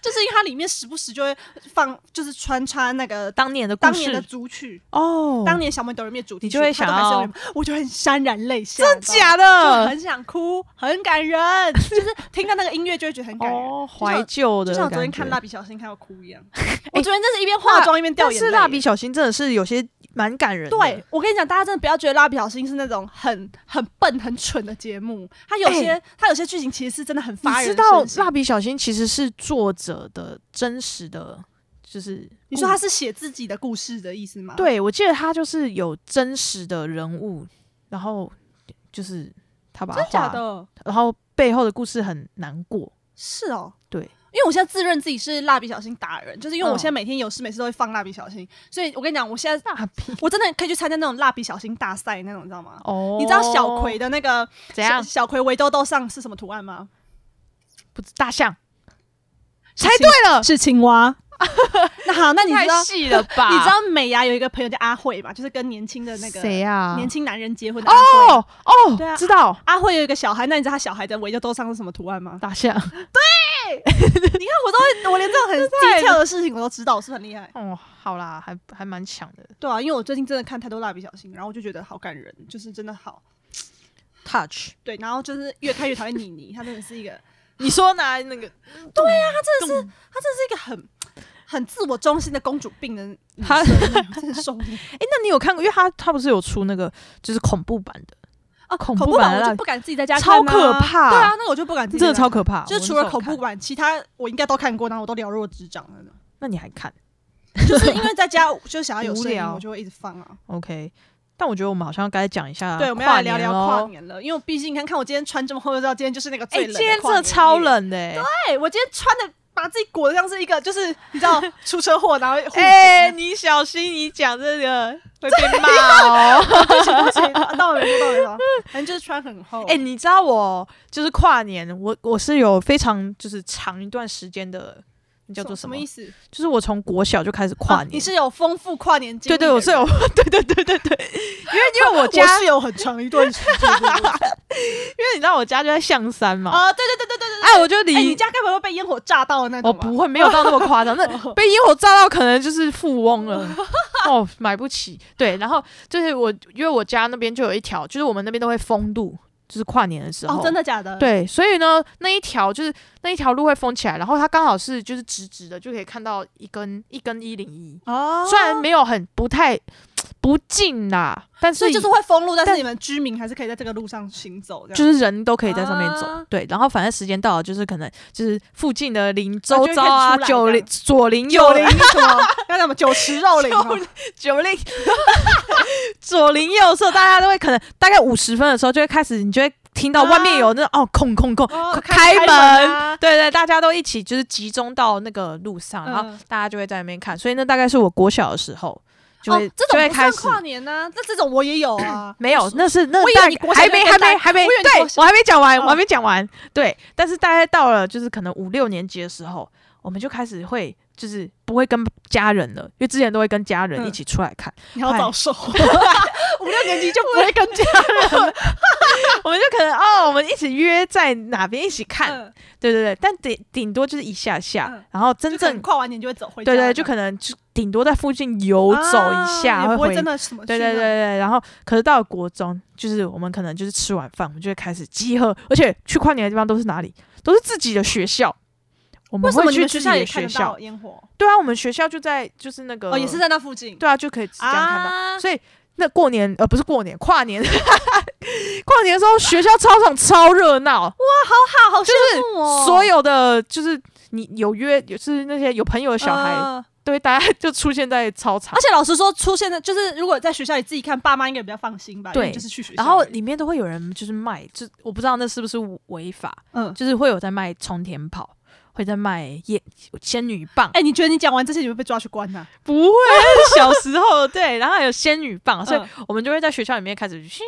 [SPEAKER 2] 就是因为它里面时不时就会放，就是穿插那个
[SPEAKER 1] 当年的故
[SPEAKER 2] 当年的
[SPEAKER 1] 事
[SPEAKER 2] 主曲，
[SPEAKER 1] 哦，
[SPEAKER 2] 当年小美抖音的主题曲，
[SPEAKER 1] 你就会想要
[SPEAKER 2] 他都还是有我就很潸然泪下，真
[SPEAKER 1] 假
[SPEAKER 2] 就
[SPEAKER 1] 的
[SPEAKER 2] 很想哭，很感人，就是听到那个音乐就会觉得很感人，
[SPEAKER 1] 哦，
[SPEAKER 2] 像
[SPEAKER 1] 怀旧
[SPEAKER 2] 就
[SPEAKER 1] 的
[SPEAKER 2] 像我
[SPEAKER 1] 感
[SPEAKER 2] 昨天
[SPEAKER 1] 觉。
[SPEAKER 2] 看蜡笔小新看到哭 一样。我昨天真是一边化
[SPEAKER 1] 蜡
[SPEAKER 2] 妆一边掉
[SPEAKER 1] 但
[SPEAKER 2] 眼
[SPEAKER 1] 是
[SPEAKER 2] 泪。
[SPEAKER 1] 蜡笔小新真的是有些蛮感人的，
[SPEAKER 2] 对，我跟你讲，大家真的不要觉得蜡笔小新是那种很很笨很蠢的节目，它有些、它有些剧情其实是真的很
[SPEAKER 1] 哎你
[SPEAKER 2] 发人
[SPEAKER 1] 知道
[SPEAKER 2] 深省
[SPEAKER 1] 蜡笔小新其实是作者的真实的，就是
[SPEAKER 2] 你说他
[SPEAKER 1] 故
[SPEAKER 2] 是写自己的故事的意思吗？，
[SPEAKER 1] 对我记得他就是有真实的人物，然后就是他把它
[SPEAKER 2] 真假
[SPEAKER 1] 画，
[SPEAKER 2] 的？
[SPEAKER 1] 然后背后的故事很难过，
[SPEAKER 2] 是哦，
[SPEAKER 1] 对。
[SPEAKER 2] 因为我现在自认自己是蜡笔小新达人，就是因为我
[SPEAKER 1] 嗯
[SPEAKER 2] 现在每天有事没事都会放蜡笔小新，所以我跟你讲，我现在
[SPEAKER 1] 蜡笔
[SPEAKER 2] 我真的可以去参加那种蜡笔小新大赛那种，你知道吗？
[SPEAKER 1] 哦
[SPEAKER 2] 你知道小葵的那个
[SPEAKER 1] 怎样
[SPEAKER 2] 小？小葵围兜兜上是什么图案吗？
[SPEAKER 1] 不知大象
[SPEAKER 2] 是
[SPEAKER 1] 猜
[SPEAKER 2] 青
[SPEAKER 1] 对 了，
[SPEAKER 2] 是青蛙。那好，那你知道
[SPEAKER 1] 太细了 吧？
[SPEAKER 2] 你知道美伢有一个朋友叫阿慧嘛？就是跟年轻的那个
[SPEAKER 1] 谁啊呀？
[SPEAKER 2] 年轻男人结婚的阿慧。
[SPEAKER 1] 哦哦，
[SPEAKER 2] 对啊
[SPEAKER 1] 知道
[SPEAKER 2] 阿慧有一个小孩，那你知道他小孩的围兜兜上是什么图案 吗？
[SPEAKER 1] 大象。
[SPEAKER 2] 你看，我都会，我连这种很
[SPEAKER 1] 太
[SPEAKER 2] 低调的事情我都知道，是不是很厉害。
[SPEAKER 1] 哦，好啦，还还蛮强的
[SPEAKER 2] 对啊，因为我最近真的看太多蜡笔小新，然后我就觉得好感人，就是真的好。
[SPEAKER 1] touch。
[SPEAKER 2] 对，然后就是越看越讨厌妮妮，她真的是一个，
[SPEAKER 1] 你说拿那个？对呀，他真的是
[SPEAKER 2] 她真的是一个很很自我中心的公主病的女生，
[SPEAKER 1] 她
[SPEAKER 2] 我 真的受不了。
[SPEAKER 1] 哎、那你有看过？因为他他不是有出那个就是恐怖版的，
[SPEAKER 2] 哦，
[SPEAKER 1] 恐
[SPEAKER 2] 恐
[SPEAKER 1] 怖
[SPEAKER 2] 怖
[SPEAKER 1] 版
[SPEAKER 2] 版
[SPEAKER 1] 的
[SPEAKER 2] 我就不敢自己在家看、
[SPEAKER 1] 超
[SPEAKER 2] 啊，
[SPEAKER 1] 可怕
[SPEAKER 2] 对啊，那个我就不敢自己
[SPEAKER 1] 真
[SPEAKER 2] 在
[SPEAKER 1] 的
[SPEAKER 2] 家
[SPEAKER 1] 超
[SPEAKER 2] 看。
[SPEAKER 1] 可怕。
[SPEAKER 2] 就是
[SPEAKER 1] 我
[SPEAKER 2] 除
[SPEAKER 1] 那
[SPEAKER 2] 了
[SPEAKER 1] 时候
[SPEAKER 2] 恐怖
[SPEAKER 1] 看，
[SPEAKER 2] 版，其他我应该都看过，然后我都了若指掌 了呢。
[SPEAKER 1] 那你还看
[SPEAKER 2] 就是因为在家就想要有声
[SPEAKER 1] 无
[SPEAKER 2] 音，
[SPEAKER 1] 聊
[SPEAKER 2] 我就会一直放啊。
[SPEAKER 1] ？OK，但我觉得我们好像该讲一下，
[SPEAKER 2] 对，我们要来聊
[SPEAKER 1] 啊年
[SPEAKER 2] 聊
[SPEAKER 1] 咯
[SPEAKER 2] 跨。年了，因为我毕竟看看我今天穿这么厚，就知道今天就是那个
[SPEAKER 1] 哎、
[SPEAKER 2] 最冷。
[SPEAKER 1] 今天真的超。冷的、欸，
[SPEAKER 2] 对，我今天穿的把自己裹得像是一个，就是你知道出车祸然后 护
[SPEAKER 1] 哎、
[SPEAKER 2] 颈
[SPEAKER 1] 你小心，你讲这个会被骂哦。
[SPEAKER 2] 不行不行，到了没到了没到，反正就是穿很厚。
[SPEAKER 1] 哎、你知道我就是跨年，我我是有非常就是长一段时间的，那叫
[SPEAKER 2] 什
[SPEAKER 1] 做
[SPEAKER 2] 什
[SPEAKER 1] 么？哦
[SPEAKER 2] 意思？
[SPEAKER 1] 就是我从国小就开始跨
[SPEAKER 2] 啊
[SPEAKER 1] 年，
[SPEAKER 2] 你是有丰富跨年经
[SPEAKER 1] 对
[SPEAKER 2] 历的
[SPEAKER 1] 对，
[SPEAKER 2] 人？
[SPEAKER 1] 我是有，对对对对对，因为因为我
[SPEAKER 2] 我
[SPEAKER 1] 家，因
[SPEAKER 2] 是有很长一段时间 的。
[SPEAKER 1] 为你知道我家就在象山嘛，
[SPEAKER 2] 啊，对对对对对对
[SPEAKER 1] 哦哎，我就
[SPEAKER 2] 对，哎，你
[SPEAKER 1] 离。
[SPEAKER 2] 家该不会被烟火炸到的那
[SPEAKER 1] 我
[SPEAKER 2] 种吧？
[SPEAKER 1] 哦不会，没有到那么夸 张。那
[SPEAKER 2] 哦
[SPEAKER 1] 被烟火炸到，可能就是富翁了。哦，买不起。对，然后就是我，因为我家那边就有一条，就是我们那边都会封路，就是跨年的时候。
[SPEAKER 2] 哦，真的假的？，
[SPEAKER 1] 对，所以呢，那一条就是那一条路会封起来，然后它刚好是就是直直的，就可以看到一根一根一零一，
[SPEAKER 2] 哦，
[SPEAKER 1] 虽然没有很不太不近啦，但
[SPEAKER 2] 所
[SPEAKER 1] 是
[SPEAKER 2] 以就是会封路，但是
[SPEAKER 1] 但
[SPEAKER 2] 你们居民还是可以在这个路上行走，这样
[SPEAKER 1] 就是人都可以在上面走。
[SPEAKER 2] 啊
[SPEAKER 1] 对，然后反正时间到了，就是可能就是附近的邻周
[SPEAKER 2] 就会
[SPEAKER 1] 遭
[SPEAKER 2] 开
[SPEAKER 1] 啊，
[SPEAKER 2] 始出来
[SPEAKER 1] 九
[SPEAKER 2] 这
[SPEAKER 1] 邻
[SPEAKER 2] 样
[SPEAKER 1] 左邻
[SPEAKER 2] 九
[SPEAKER 1] 右
[SPEAKER 2] 零
[SPEAKER 1] 邻
[SPEAKER 2] 什么要什么酒池肉林吗？
[SPEAKER 1] 九邻左邻右舍，大家都会可能大概五十分的时候就会开始，你就会听到外面有那种、哦空空空，
[SPEAKER 2] 哦
[SPEAKER 1] 快开门
[SPEAKER 2] 啊
[SPEAKER 1] 对对，大家都一起就是集中到那个路上，然后
[SPEAKER 2] 嗯
[SPEAKER 1] 大家就会在那边看，所以那大概是我国小的时候就会、
[SPEAKER 2] 哦，这
[SPEAKER 1] 就
[SPEAKER 2] 种
[SPEAKER 1] 会
[SPEAKER 2] 不
[SPEAKER 1] 开
[SPEAKER 2] 算
[SPEAKER 1] 始。
[SPEAKER 2] 跨年呢，那这种我也有啊
[SPEAKER 1] ，没有，那是那
[SPEAKER 2] 我以为
[SPEAKER 1] 大
[SPEAKER 2] 你国小
[SPEAKER 1] 还
[SPEAKER 2] 就
[SPEAKER 1] 没
[SPEAKER 2] 在
[SPEAKER 1] 还没
[SPEAKER 2] 带
[SPEAKER 1] 还没，
[SPEAKER 2] 我以为你
[SPEAKER 1] 对
[SPEAKER 2] 国小
[SPEAKER 1] 我还没讲完，我
[SPEAKER 2] 哦
[SPEAKER 1] 还没讲完。对，但是大概到了就是可能五六年级的时候，我们就开始会就是不会跟家人了，因为之前都会跟家人一
[SPEAKER 2] 嗯
[SPEAKER 1] 起出来看，
[SPEAKER 2] 你好
[SPEAKER 1] 哎
[SPEAKER 2] 早熟， 五六年级就不
[SPEAKER 1] 不
[SPEAKER 2] 会
[SPEAKER 1] 会跟家人了，我们就可能哦，我们一起约在哪边一起看，
[SPEAKER 2] 嗯
[SPEAKER 1] 对对对，但顶顶多就是一下下，
[SPEAKER 2] 嗯
[SPEAKER 1] 然后
[SPEAKER 2] 就
[SPEAKER 1] 真
[SPEAKER 2] 可能
[SPEAKER 1] 正
[SPEAKER 2] 跨完年就会走回家
[SPEAKER 1] 对
[SPEAKER 2] 了，
[SPEAKER 1] 对，就可能就顶多在附近游走一下，
[SPEAKER 2] 啊也不
[SPEAKER 1] 会
[SPEAKER 2] 会
[SPEAKER 1] 回
[SPEAKER 2] 真的什么去
[SPEAKER 1] 对
[SPEAKER 2] 那，
[SPEAKER 1] 对对对，然后可是到了国中，就是我们可能就是吃完饭，我们就会开始集合，而且去跨年的地方都是哪里？都是自己的学校。我
[SPEAKER 2] 为
[SPEAKER 1] 们
[SPEAKER 2] 什么
[SPEAKER 1] 会
[SPEAKER 2] 你
[SPEAKER 1] 去
[SPEAKER 2] 们
[SPEAKER 1] 自
[SPEAKER 2] 学
[SPEAKER 1] 己
[SPEAKER 2] 校也
[SPEAKER 1] 的
[SPEAKER 2] 看
[SPEAKER 1] 学
[SPEAKER 2] 得
[SPEAKER 1] 校
[SPEAKER 2] 到，烟火？
[SPEAKER 1] 对啊，我们学校就在就是那个
[SPEAKER 2] 哦，也是在那附近
[SPEAKER 1] 对啊，就可以这样看到。
[SPEAKER 2] 啊
[SPEAKER 1] 所以那过年呃不是过年，跨年 跨年的时候，学校操场超热闹，
[SPEAKER 2] 哇，好
[SPEAKER 1] 就是
[SPEAKER 2] 羡慕哦！
[SPEAKER 1] 所有的就是你有约，就是那些有朋友的小孩，
[SPEAKER 2] 嗯
[SPEAKER 1] 对，大家就出现在操场
[SPEAKER 2] 而。且老实说，出现在就是如果在学校里自己看，爸妈应该比较放心吧，
[SPEAKER 1] 对
[SPEAKER 2] 因为就是去学校而
[SPEAKER 1] 然
[SPEAKER 2] 已。
[SPEAKER 1] 后里面都会有人就是卖，就我不知道那是不是违法，
[SPEAKER 2] 嗯，
[SPEAKER 1] 就是会有在卖冲天炮，会在卖烟仙女棒，
[SPEAKER 2] 哎、你觉得你讲完这些，你会被抓去关呐、
[SPEAKER 1] 不会啊小时候对，然后还有仙女棒，啊所以
[SPEAKER 2] 嗯
[SPEAKER 1] 我们就会在学校里面开始嘘，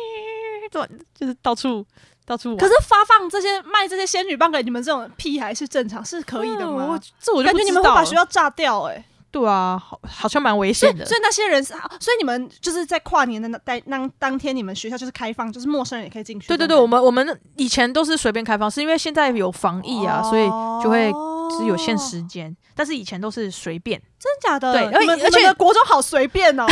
[SPEAKER 1] 乱就是到处到处玩。
[SPEAKER 2] 可是发放这些卖这些仙女棒给你们这种屁孩是正常，是可以的
[SPEAKER 1] 嗯
[SPEAKER 2] 吗？
[SPEAKER 1] 我这我就
[SPEAKER 2] 感
[SPEAKER 1] 不
[SPEAKER 2] 觉你
[SPEAKER 1] 知
[SPEAKER 2] 们会
[SPEAKER 1] 道啊
[SPEAKER 2] 把
[SPEAKER 1] 了
[SPEAKER 2] 学校炸掉哎、
[SPEAKER 1] 对啊，好好像蛮危
[SPEAKER 2] 所以
[SPEAKER 1] 险的。
[SPEAKER 2] 所以那些人是，啊所以你们就是在跨年的那当当当天，你们学校就是开放，就是陌生人也可以进去。
[SPEAKER 1] 对对
[SPEAKER 2] 不
[SPEAKER 1] 对，我们我们以前都是随便开放，是因为现在有防疫啊，所以就会只有限
[SPEAKER 2] 哦
[SPEAKER 1] 时间，但是以前都是随便。
[SPEAKER 2] 真假的？
[SPEAKER 1] 对
[SPEAKER 2] 你们
[SPEAKER 1] 而且而且
[SPEAKER 2] 你们的国中好随便 哦，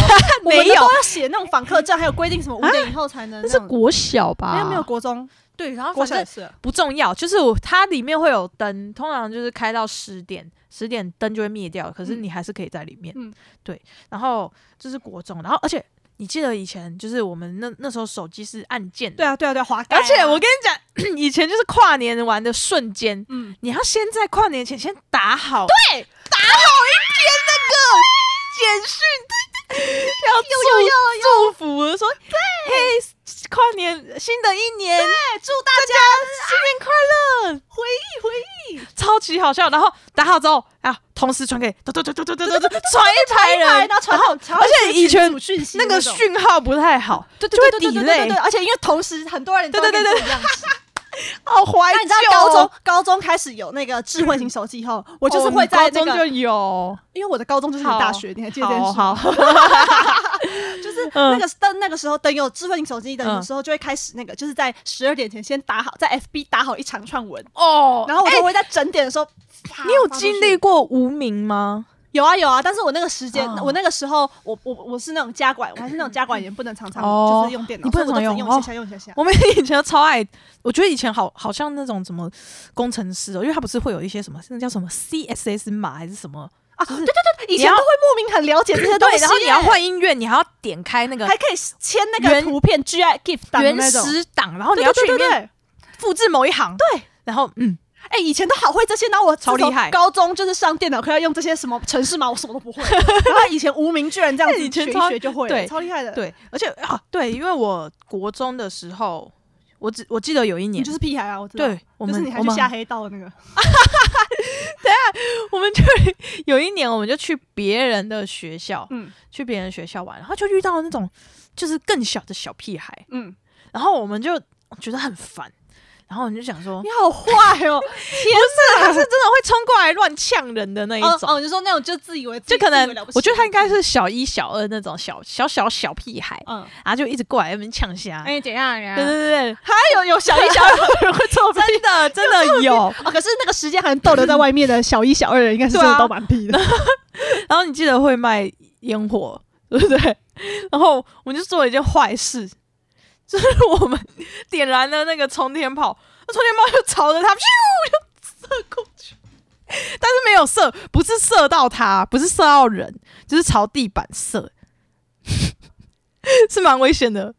[SPEAKER 2] 我们
[SPEAKER 1] 没有
[SPEAKER 2] 都要写那种访客证，还有规定什么五点以后才 能
[SPEAKER 1] 那
[SPEAKER 2] 那
[SPEAKER 1] 是
[SPEAKER 2] 种。
[SPEAKER 1] 国啊小吧？
[SPEAKER 2] 没有没有国中，
[SPEAKER 1] 对，然后
[SPEAKER 2] 国
[SPEAKER 1] 反
[SPEAKER 2] 小也
[SPEAKER 1] 正
[SPEAKER 2] 是。
[SPEAKER 1] 不重要，就是我它里面会有灯，通常就是开到十点，十点灯就会灭掉，可是
[SPEAKER 2] 嗯
[SPEAKER 1] 你还是可以在里面。
[SPEAKER 2] 嗯
[SPEAKER 1] 对。然后这是国中，然后而且你记得以前就是我们那那时候手机是按键的，
[SPEAKER 2] 对啊对啊对啊，滑盖啊。
[SPEAKER 1] 而且我跟你讲，以前就是跨年玩的瞬间，
[SPEAKER 2] 嗯，
[SPEAKER 1] 你要先在跨年前先打好，对，打好一篇那个简讯，要
[SPEAKER 2] 有有有
[SPEAKER 1] 祝祝福，说对，嘿，跨年新的一年，对，祝大家新年快乐，
[SPEAKER 2] 回忆回忆，
[SPEAKER 1] 超级好笑。然后打好之后啊，同时传给，嘟嘟嘟嘟嘟嘟嘟，传一排人
[SPEAKER 2] 然，后传好，
[SPEAKER 1] 啊而且以前
[SPEAKER 2] 讯息
[SPEAKER 1] 那个
[SPEAKER 2] 种
[SPEAKER 1] 讯号不太好，
[SPEAKER 2] 对
[SPEAKER 1] 就会
[SPEAKER 2] 对对对对
[SPEAKER 1] delay
[SPEAKER 2] 对对对，而且因为同时很多人都
[SPEAKER 1] 对对
[SPEAKER 2] 跟
[SPEAKER 1] 对
[SPEAKER 2] 你这样子。
[SPEAKER 1] 好怀
[SPEAKER 2] 那你知道
[SPEAKER 1] 旧。
[SPEAKER 2] 高中高中开始有那个智慧型手机以后，我就是会在
[SPEAKER 1] 哦高中
[SPEAKER 2] 那
[SPEAKER 1] 就
[SPEAKER 2] 个，
[SPEAKER 1] 有，
[SPEAKER 2] 因为我的高中就是你大学，你还记得这件
[SPEAKER 1] 好
[SPEAKER 2] 事？
[SPEAKER 1] 好，
[SPEAKER 2] 就是
[SPEAKER 1] 嗯
[SPEAKER 2] 那个灯，那个时候灯有智慧型手机的
[SPEAKER 1] 嗯
[SPEAKER 2] 时候，就会开始那个，就是在十二点前先打好，在 FB 打好一长串文，
[SPEAKER 1] 哦
[SPEAKER 2] 然后我就会在整点的时候啪，
[SPEAKER 1] 你有
[SPEAKER 2] 发出
[SPEAKER 1] 经
[SPEAKER 2] 去
[SPEAKER 1] 历过无名吗？
[SPEAKER 2] 有啊有啊，但是我那个时间，
[SPEAKER 1] 哦
[SPEAKER 2] 我那个时候，我我我是那种家管，我还是那种家管员，不能常常
[SPEAKER 1] 哦
[SPEAKER 2] 就是用电脑，
[SPEAKER 1] 你不能
[SPEAKER 2] 所以我
[SPEAKER 1] 常
[SPEAKER 2] 都只
[SPEAKER 1] 用哦
[SPEAKER 2] 能用一下下用一下下。
[SPEAKER 1] 我们以前超爱，我觉得以前好好像那种什么工程师哦，因为他不是会有一些什么，那叫什么 CSS 码还是什么？
[SPEAKER 2] 啊，对对对对，以
[SPEAKER 1] 你
[SPEAKER 2] 前
[SPEAKER 1] 要
[SPEAKER 2] 都会莫名很了解这些东西
[SPEAKER 1] 对，
[SPEAKER 2] 耶，
[SPEAKER 1] 然后你要换音乐，你还要点开那个
[SPEAKER 2] 还可以签那个
[SPEAKER 1] 原
[SPEAKER 2] 图片 GIF GIF 档的
[SPEAKER 1] 原
[SPEAKER 2] 那种，
[SPEAKER 1] 始档，然后
[SPEAKER 2] 对
[SPEAKER 1] 你
[SPEAKER 2] 对
[SPEAKER 1] 要去
[SPEAKER 2] 对
[SPEAKER 1] 里
[SPEAKER 2] 对
[SPEAKER 1] 面
[SPEAKER 2] 对。
[SPEAKER 1] 复制某一行，
[SPEAKER 2] 对，
[SPEAKER 1] 然后嗯，
[SPEAKER 2] 哎，以前都好会这些，然后我自
[SPEAKER 1] 超厉
[SPEAKER 2] 从
[SPEAKER 1] 害
[SPEAKER 2] 高中就是上电脑课要用这些什么程式码，我什么都 不会。然后以前无名居然这样子
[SPEAKER 1] 哎以前
[SPEAKER 2] 学一
[SPEAKER 1] 超
[SPEAKER 2] 学就会了，
[SPEAKER 1] 对
[SPEAKER 2] 超厉害的。，
[SPEAKER 1] 对，而且啊，对，因为我国中的时候，我只我记得有一
[SPEAKER 2] 你
[SPEAKER 1] 年，
[SPEAKER 2] 就是屁孩啊，我知道。
[SPEAKER 1] 对我
[SPEAKER 2] 就是
[SPEAKER 1] 们
[SPEAKER 2] 你还
[SPEAKER 1] 我
[SPEAKER 2] 去
[SPEAKER 1] 们
[SPEAKER 2] 下黑道的那个，
[SPEAKER 1] 我们就有一年，我们就去别人的学校，
[SPEAKER 2] 嗯
[SPEAKER 1] 去别人学校玩，然后就遇到那种就是更小的小屁孩，
[SPEAKER 2] 嗯，
[SPEAKER 1] 然后我们就觉得很烦，然后我们就想说
[SPEAKER 2] 你，好坏哦，
[SPEAKER 1] 不是，啊他是真的会冲过来乱呛人的那一
[SPEAKER 2] 哦
[SPEAKER 1] 种，
[SPEAKER 2] 哦，你就说那种就自以为自己
[SPEAKER 1] 就可能
[SPEAKER 2] 自以为了不起
[SPEAKER 1] 我觉得他应该是小一、小二那种小小小小屁孩，
[SPEAKER 2] 嗯，
[SPEAKER 1] 然后就一直过来那边呛虾。
[SPEAKER 2] 哎，怎样
[SPEAKER 1] 对对对
[SPEAKER 2] 呀？
[SPEAKER 1] 对，
[SPEAKER 2] 他有有小一小二
[SPEAKER 1] 会做 真的真的有。
[SPEAKER 2] 哦，可是那个时间还能逗留在外面的小一小二，应该是真
[SPEAKER 1] 对
[SPEAKER 2] 的
[SPEAKER 1] 啊
[SPEAKER 2] 都蛮屁的。
[SPEAKER 1] 然后你记得会卖烟火， 对不对？然后我们就做了一件坏事，就是我们点燃了那个冲天炮，那冲天炮就朝着他 咻就射过去，但是没有射，不是射到他，不是射到人，就是朝地板射， 是蛮危险的，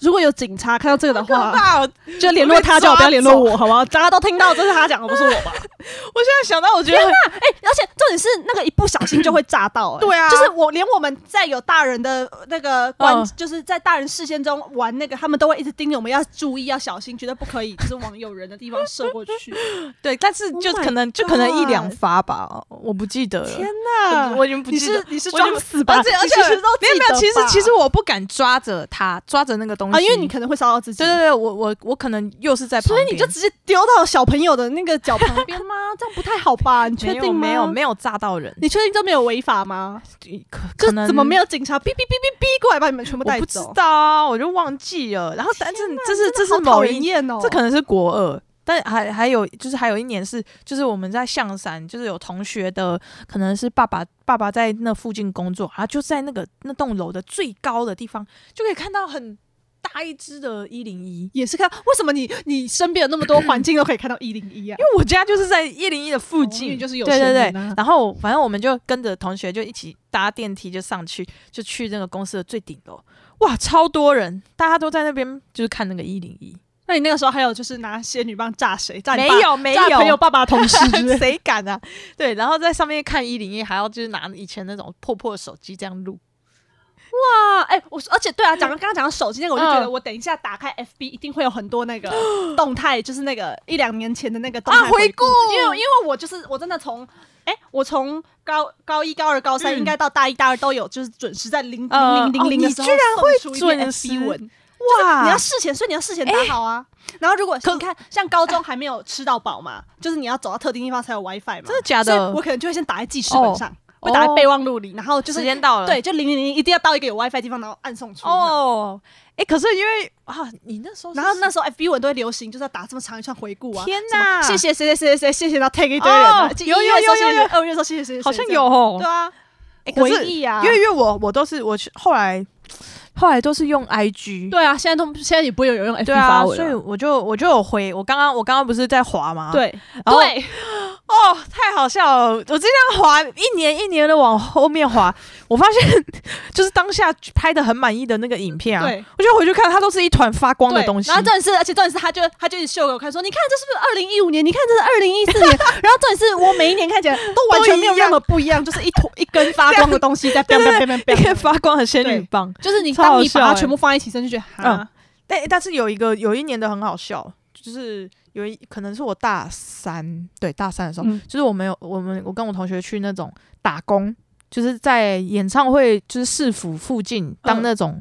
[SPEAKER 2] 如果有警察看到这个的
[SPEAKER 1] 好可
[SPEAKER 2] 话，
[SPEAKER 1] 怕哦！
[SPEAKER 2] 就联络
[SPEAKER 1] 被
[SPEAKER 2] 他，叫
[SPEAKER 1] 抓
[SPEAKER 2] 我不要联络
[SPEAKER 1] 走
[SPEAKER 2] 我，好不好？大家都听到这是他讲的，不是 我吧？哎
[SPEAKER 1] 我现在想到，我 觉得 很
[SPEAKER 2] 而且重点是那个一不小心就会炸到、欸，
[SPEAKER 1] 对啊
[SPEAKER 2] 就是我连我们在有大人的呃那个关，
[SPEAKER 1] 嗯
[SPEAKER 2] 就是在大人视线中玩那个，他们都会一直叮咛我们要注意，要小心，绝对不可以就是往有人的地方射过去。
[SPEAKER 1] 对，但是
[SPEAKER 2] Oh
[SPEAKER 1] 就
[SPEAKER 2] my
[SPEAKER 1] 可能就可能一两
[SPEAKER 2] God
[SPEAKER 1] 发吧，我不记得了。
[SPEAKER 2] 天哪，
[SPEAKER 1] 我我已经不
[SPEAKER 2] 你
[SPEAKER 1] 记得
[SPEAKER 2] 是你是
[SPEAKER 1] 我已经
[SPEAKER 2] 装死吧？
[SPEAKER 1] 而且而且
[SPEAKER 2] 你其实都
[SPEAKER 1] 没有没有，
[SPEAKER 2] 记
[SPEAKER 1] 其
[SPEAKER 2] 得
[SPEAKER 1] 实
[SPEAKER 2] 吧
[SPEAKER 1] 其实我不敢抓着它，抓着那个东西
[SPEAKER 2] 啊，因为你可能会烧到自己，
[SPEAKER 1] 对对对，我我我可能又是在旁
[SPEAKER 2] 所
[SPEAKER 1] 边，
[SPEAKER 2] 以你就直接丢到小朋友的那个脚旁边吗？这样不太好吧？你确
[SPEAKER 1] 没
[SPEAKER 2] 定
[SPEAKER 1] 有
[SPEAKER 2] 吗？
[SPEAKER 1] 没有没有炸到人，
[SPEAKER 2] 你确定这没有违法吗？
[SPEAKER 1] 可
[SPEAKER 2] 就
[SPEAKER 1] 可能
[SPEAKER 2] 怎么没有警察哔哔哔哔哔过来把你们全
[SPEAKER 1] 我
[SPEAKER 2] 部带
[SPEAKER 1] 不知
[SPEAKER 2] 走？
[SPEAKER 1] 道啊，我就忘记了。然后但是这是这
[SPEAKER 2] 好
[SPEAKER 1] 是
[SPEAKER 2] 讨
[SPEAKER 1] 某
[SPEAKER 2] 人
[SPEAKER 1] 一
[SPEAKER 2] 厌哦，
[SPEAKER 1] 这可能是国二。但还还有就是还有一年是就是我们在象山，就是有同学的可能是爸爸爸爸在那附近工作，然后就在那个那栋楼的最高的地方就可以看到很大一只的一零一，
[SPEAKER 2] 也是看为什么你你身边有那么多环境都可以看到一零一啊？
[SPEAKER 1] 因为我家就是在一零一的附
[SPEAKER 2] 哦因为
[SPEAKER 1] 近，
[SPEAKER 2] 就是有
[SPEAKER 1] 对
[SPEAKER 2] 钱
[SPEAKER 1] 对
[SPEAKER 2] 人
[SPEAKER 1] 对
[SPEAKER 2] 啊。
[SPEAKER 1] 然后反正我们就跟着同学就一起搭电梯就上去，就去那个公司的最顶楼。哇，超多人，大家都在那边就是看那个一零一，
[SPEAKER 2] 那你那个时候还有就是拿仙女棒炸谁？炸你
[SPEAKER 1] 没
[SPEAKER 2] 爸
[SPEAKER 1] 有没
[SPEAKER 2] 炸
[SPEAKER 1] 有
[SPEAKER 2] 朋 友爸爸同事之类的。
[SPEAKER 1] 谁敢啊？对，然后在上面看一零一，还要就是拿以前那种破破的手机这样录。
[SPEAKER 2] 哇，哎、我说，而且对 啊，讲刚刚讲到手机那个，我就觉得
[SPEAKER 1] 嗯
[SPEAKER 2] 我等一下打开 FB 一定会有很多 那个动态，就是那个一两年前的那个动态
[SPEAKER 1] 啊回
[SPEAKER 2] 顾
[SPEAKER 1] 顾，
[SPEAKER 2] 因为因为我就是我真的从。哎、我从高高一、高二、高三，
[SPEAKER 1] 嗯
[SPEAKER 2] 应该到大一、大二都有，就是准时在零
[SPEAKER 1] 呃
[SPEAKER 2] 零零零零
[SPEAKER 1] 哦
[SPEAKER 2] 的
[SPEAKER 1] 你
[SPEAKER 2] 时候、
[SPEAKER 1] 居然会准时啊
[SPEAKER 2] FB 文，
[SPEAKER 1] 哇
[SPEAKER 2] 你要事前，所以你要事前打好啊。
[SPEAKER 1] 哎
[SPEAKER 2] 然后如果你看，像高中还没有吃到饱嘛，就是你要走到特定地方才有 WiFi 嘛，
[SPEAKER 1] 真的假
[SPEAKER 2] 所以
[SPEAKER 1] 的
[SPEAKER 2] 我？可能就会先打在记事本
[SPEAKER 1] 哦
[SPEAKER 2] 上，会打在
[SPEAKER 1] 哦
[SPEAKER 2] 备忘录里，然后就是
[SPEAKER 1] 时间到了，
[SPEAKER 2] 对，就零零零一定要到一个有 WiFi 的地方，然后按送出。哦，
[SPEAKER 1] 嗯哦，哎，可是因为啊，你那时候是
[SPEAKER 2] 然后那时候 FB 文都会流行，就是要打这么长一串回顾啊。
[SPEAKER 1] 天
[SPEAKER 2] 哪！
[SPEAKER 1] 哪
[SPEAKER 2] 谢谢谁谁谁谁谁，谢谢，然后 take 一堆人啊。
[SPEAKER 1] 哦
[SPEAKER 2] 就一
[SPEAKER 1] 有有
[SPEAKER 2] 月的时
[SPEAKER 1] 有有
[SPEAKER 2] 候谢谢谁二月的时候谢谢谁谁谁，
[SPEAKER 1] 好像
[SPEAKER 2] 这
[SPEAKER 1] 有
[SPEAKER 2] 样。
[SPEAKER 1] 哦
[SPEAKER 2] 对，啊，
[SPEAKER 1] 诶可
[SPEAKER 2] 回
[SPEAKER 1] 是
[SPEAKER 2] 忆啊，
[SPEAKER 1] 因为因为我我都是我去后来后来都是用 IG，
[SPEAKER 2] 对啊，现在都现在也不会有人用 FB
[SPEAKER 1] 对啊，
[SPEAKER 2] 发文
[SPEAKER 1] 所以我就我就有回，我刚刚我刚刚不是在滑吗？，
[SPEAKER 2] 对
[SPEAKER 1] 然后
[SPEAKER 2] 啊对，
[SPEAKER 1] 哦，太好笑了！我这样滑一年一年的往后面滑，我发现就是当下拍的很满意的那个影片啊，
[SPEAKER 2] 对
[SPEAKER 1] 我就回去看，它都是一团发光的
[SPEAKER 2] 对
[SPEAKER 1] 东西
[SPEAKER 2] 然。后重点是，而且重点是，他就他就一直秀给我看，说你看这是不是二零一五年？你看这是二零一四年。 然后重点是我每一年看起来都完全没有
[SPEAKER 1] 都一样
[SPEAKER 2] 任何不一样，就是一坨一根发光的东西 在
[SPEAKER 1] 对对
[SPEAKER 2] bang bang bang bang
[SPEAKER 1] 一
[SPEAKER 2] bang
[SPEAKER 1] 个发光的仙女棒，
[SPEAKER 2] 就是你
[SPEAKER 1] 超好
[SPEAKER 2] 当你把它
[SPEAKER 1] 笑欸
[SPEAKER 2] 全部放在一起身，就觉得
[SPEAKER 1] 嗯
[SPEAKER 2] 哈，
[SPEAKER 1] 但但是有一个有一年的很好笑，就是有一可能是我大三，对大三的时候，
[SPEAKER 2] 嗯
[SPEAKER 1] 就是我们有我们我跟我同学去那种打工，就是在演唱会就是市府附近当那种、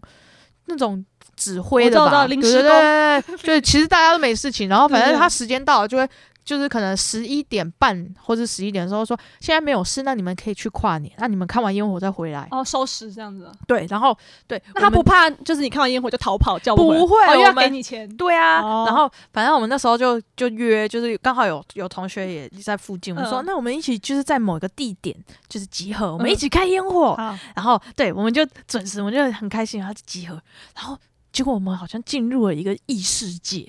[SPEAKER 1] 那种指挥的
[SPEAKER 2] 我
[SPEAKER 1] 吧，
[SPEAKER 2] 知道我知道临
[SPEAKER 1] 对
[SPEAKER 2] 时
[SPEAKER 1] 对对对对，就是其实大家都没事情，然后反
[SPEAKER 2] 对对
[SPEAKER 1] 正
[SPEAKER 2] 对
[SPEAKER 1] 他时间到了就会。就是可能十一点半或者十一点的时候说现在没有事，那你们可以去跨年，那你们看完烟火再回来。
[SPEAKER 2] 哦，收拾这样子。
[SPEAKER 1] 对，然后对，
[SPEAKER 2] 那他
[SPEAKER 1] 我们
[SPEAKER 2] 不怕，就是你看完烟火就逃跑，叫回来
[SPEAKER 1] 不会
[SPEAKER 2] 哦、又要
[SPEAKER 1] 我们
[SPEAKER 2] 给你钱。
[SPEAKER 1] 对啊，
[SPEAKER 2] 哦
[SPEAKER 1] 然后反正我们那时候就就约，就是刚好有有同学也在附近，我们说、
[SPEAKER 2] 嗯
[SPEAKER 1] 那我们一起就是在某一个地点就是集合，我们
[SPEAKER 2] 嗯
[SPEAKER 1] 一起看烟火，
[SPEAKER 2] 好，
[SPEAKER 1] 然后对我们就准时，我们就很开心，然后就集合，然后结果我们好像进入了一个异世界，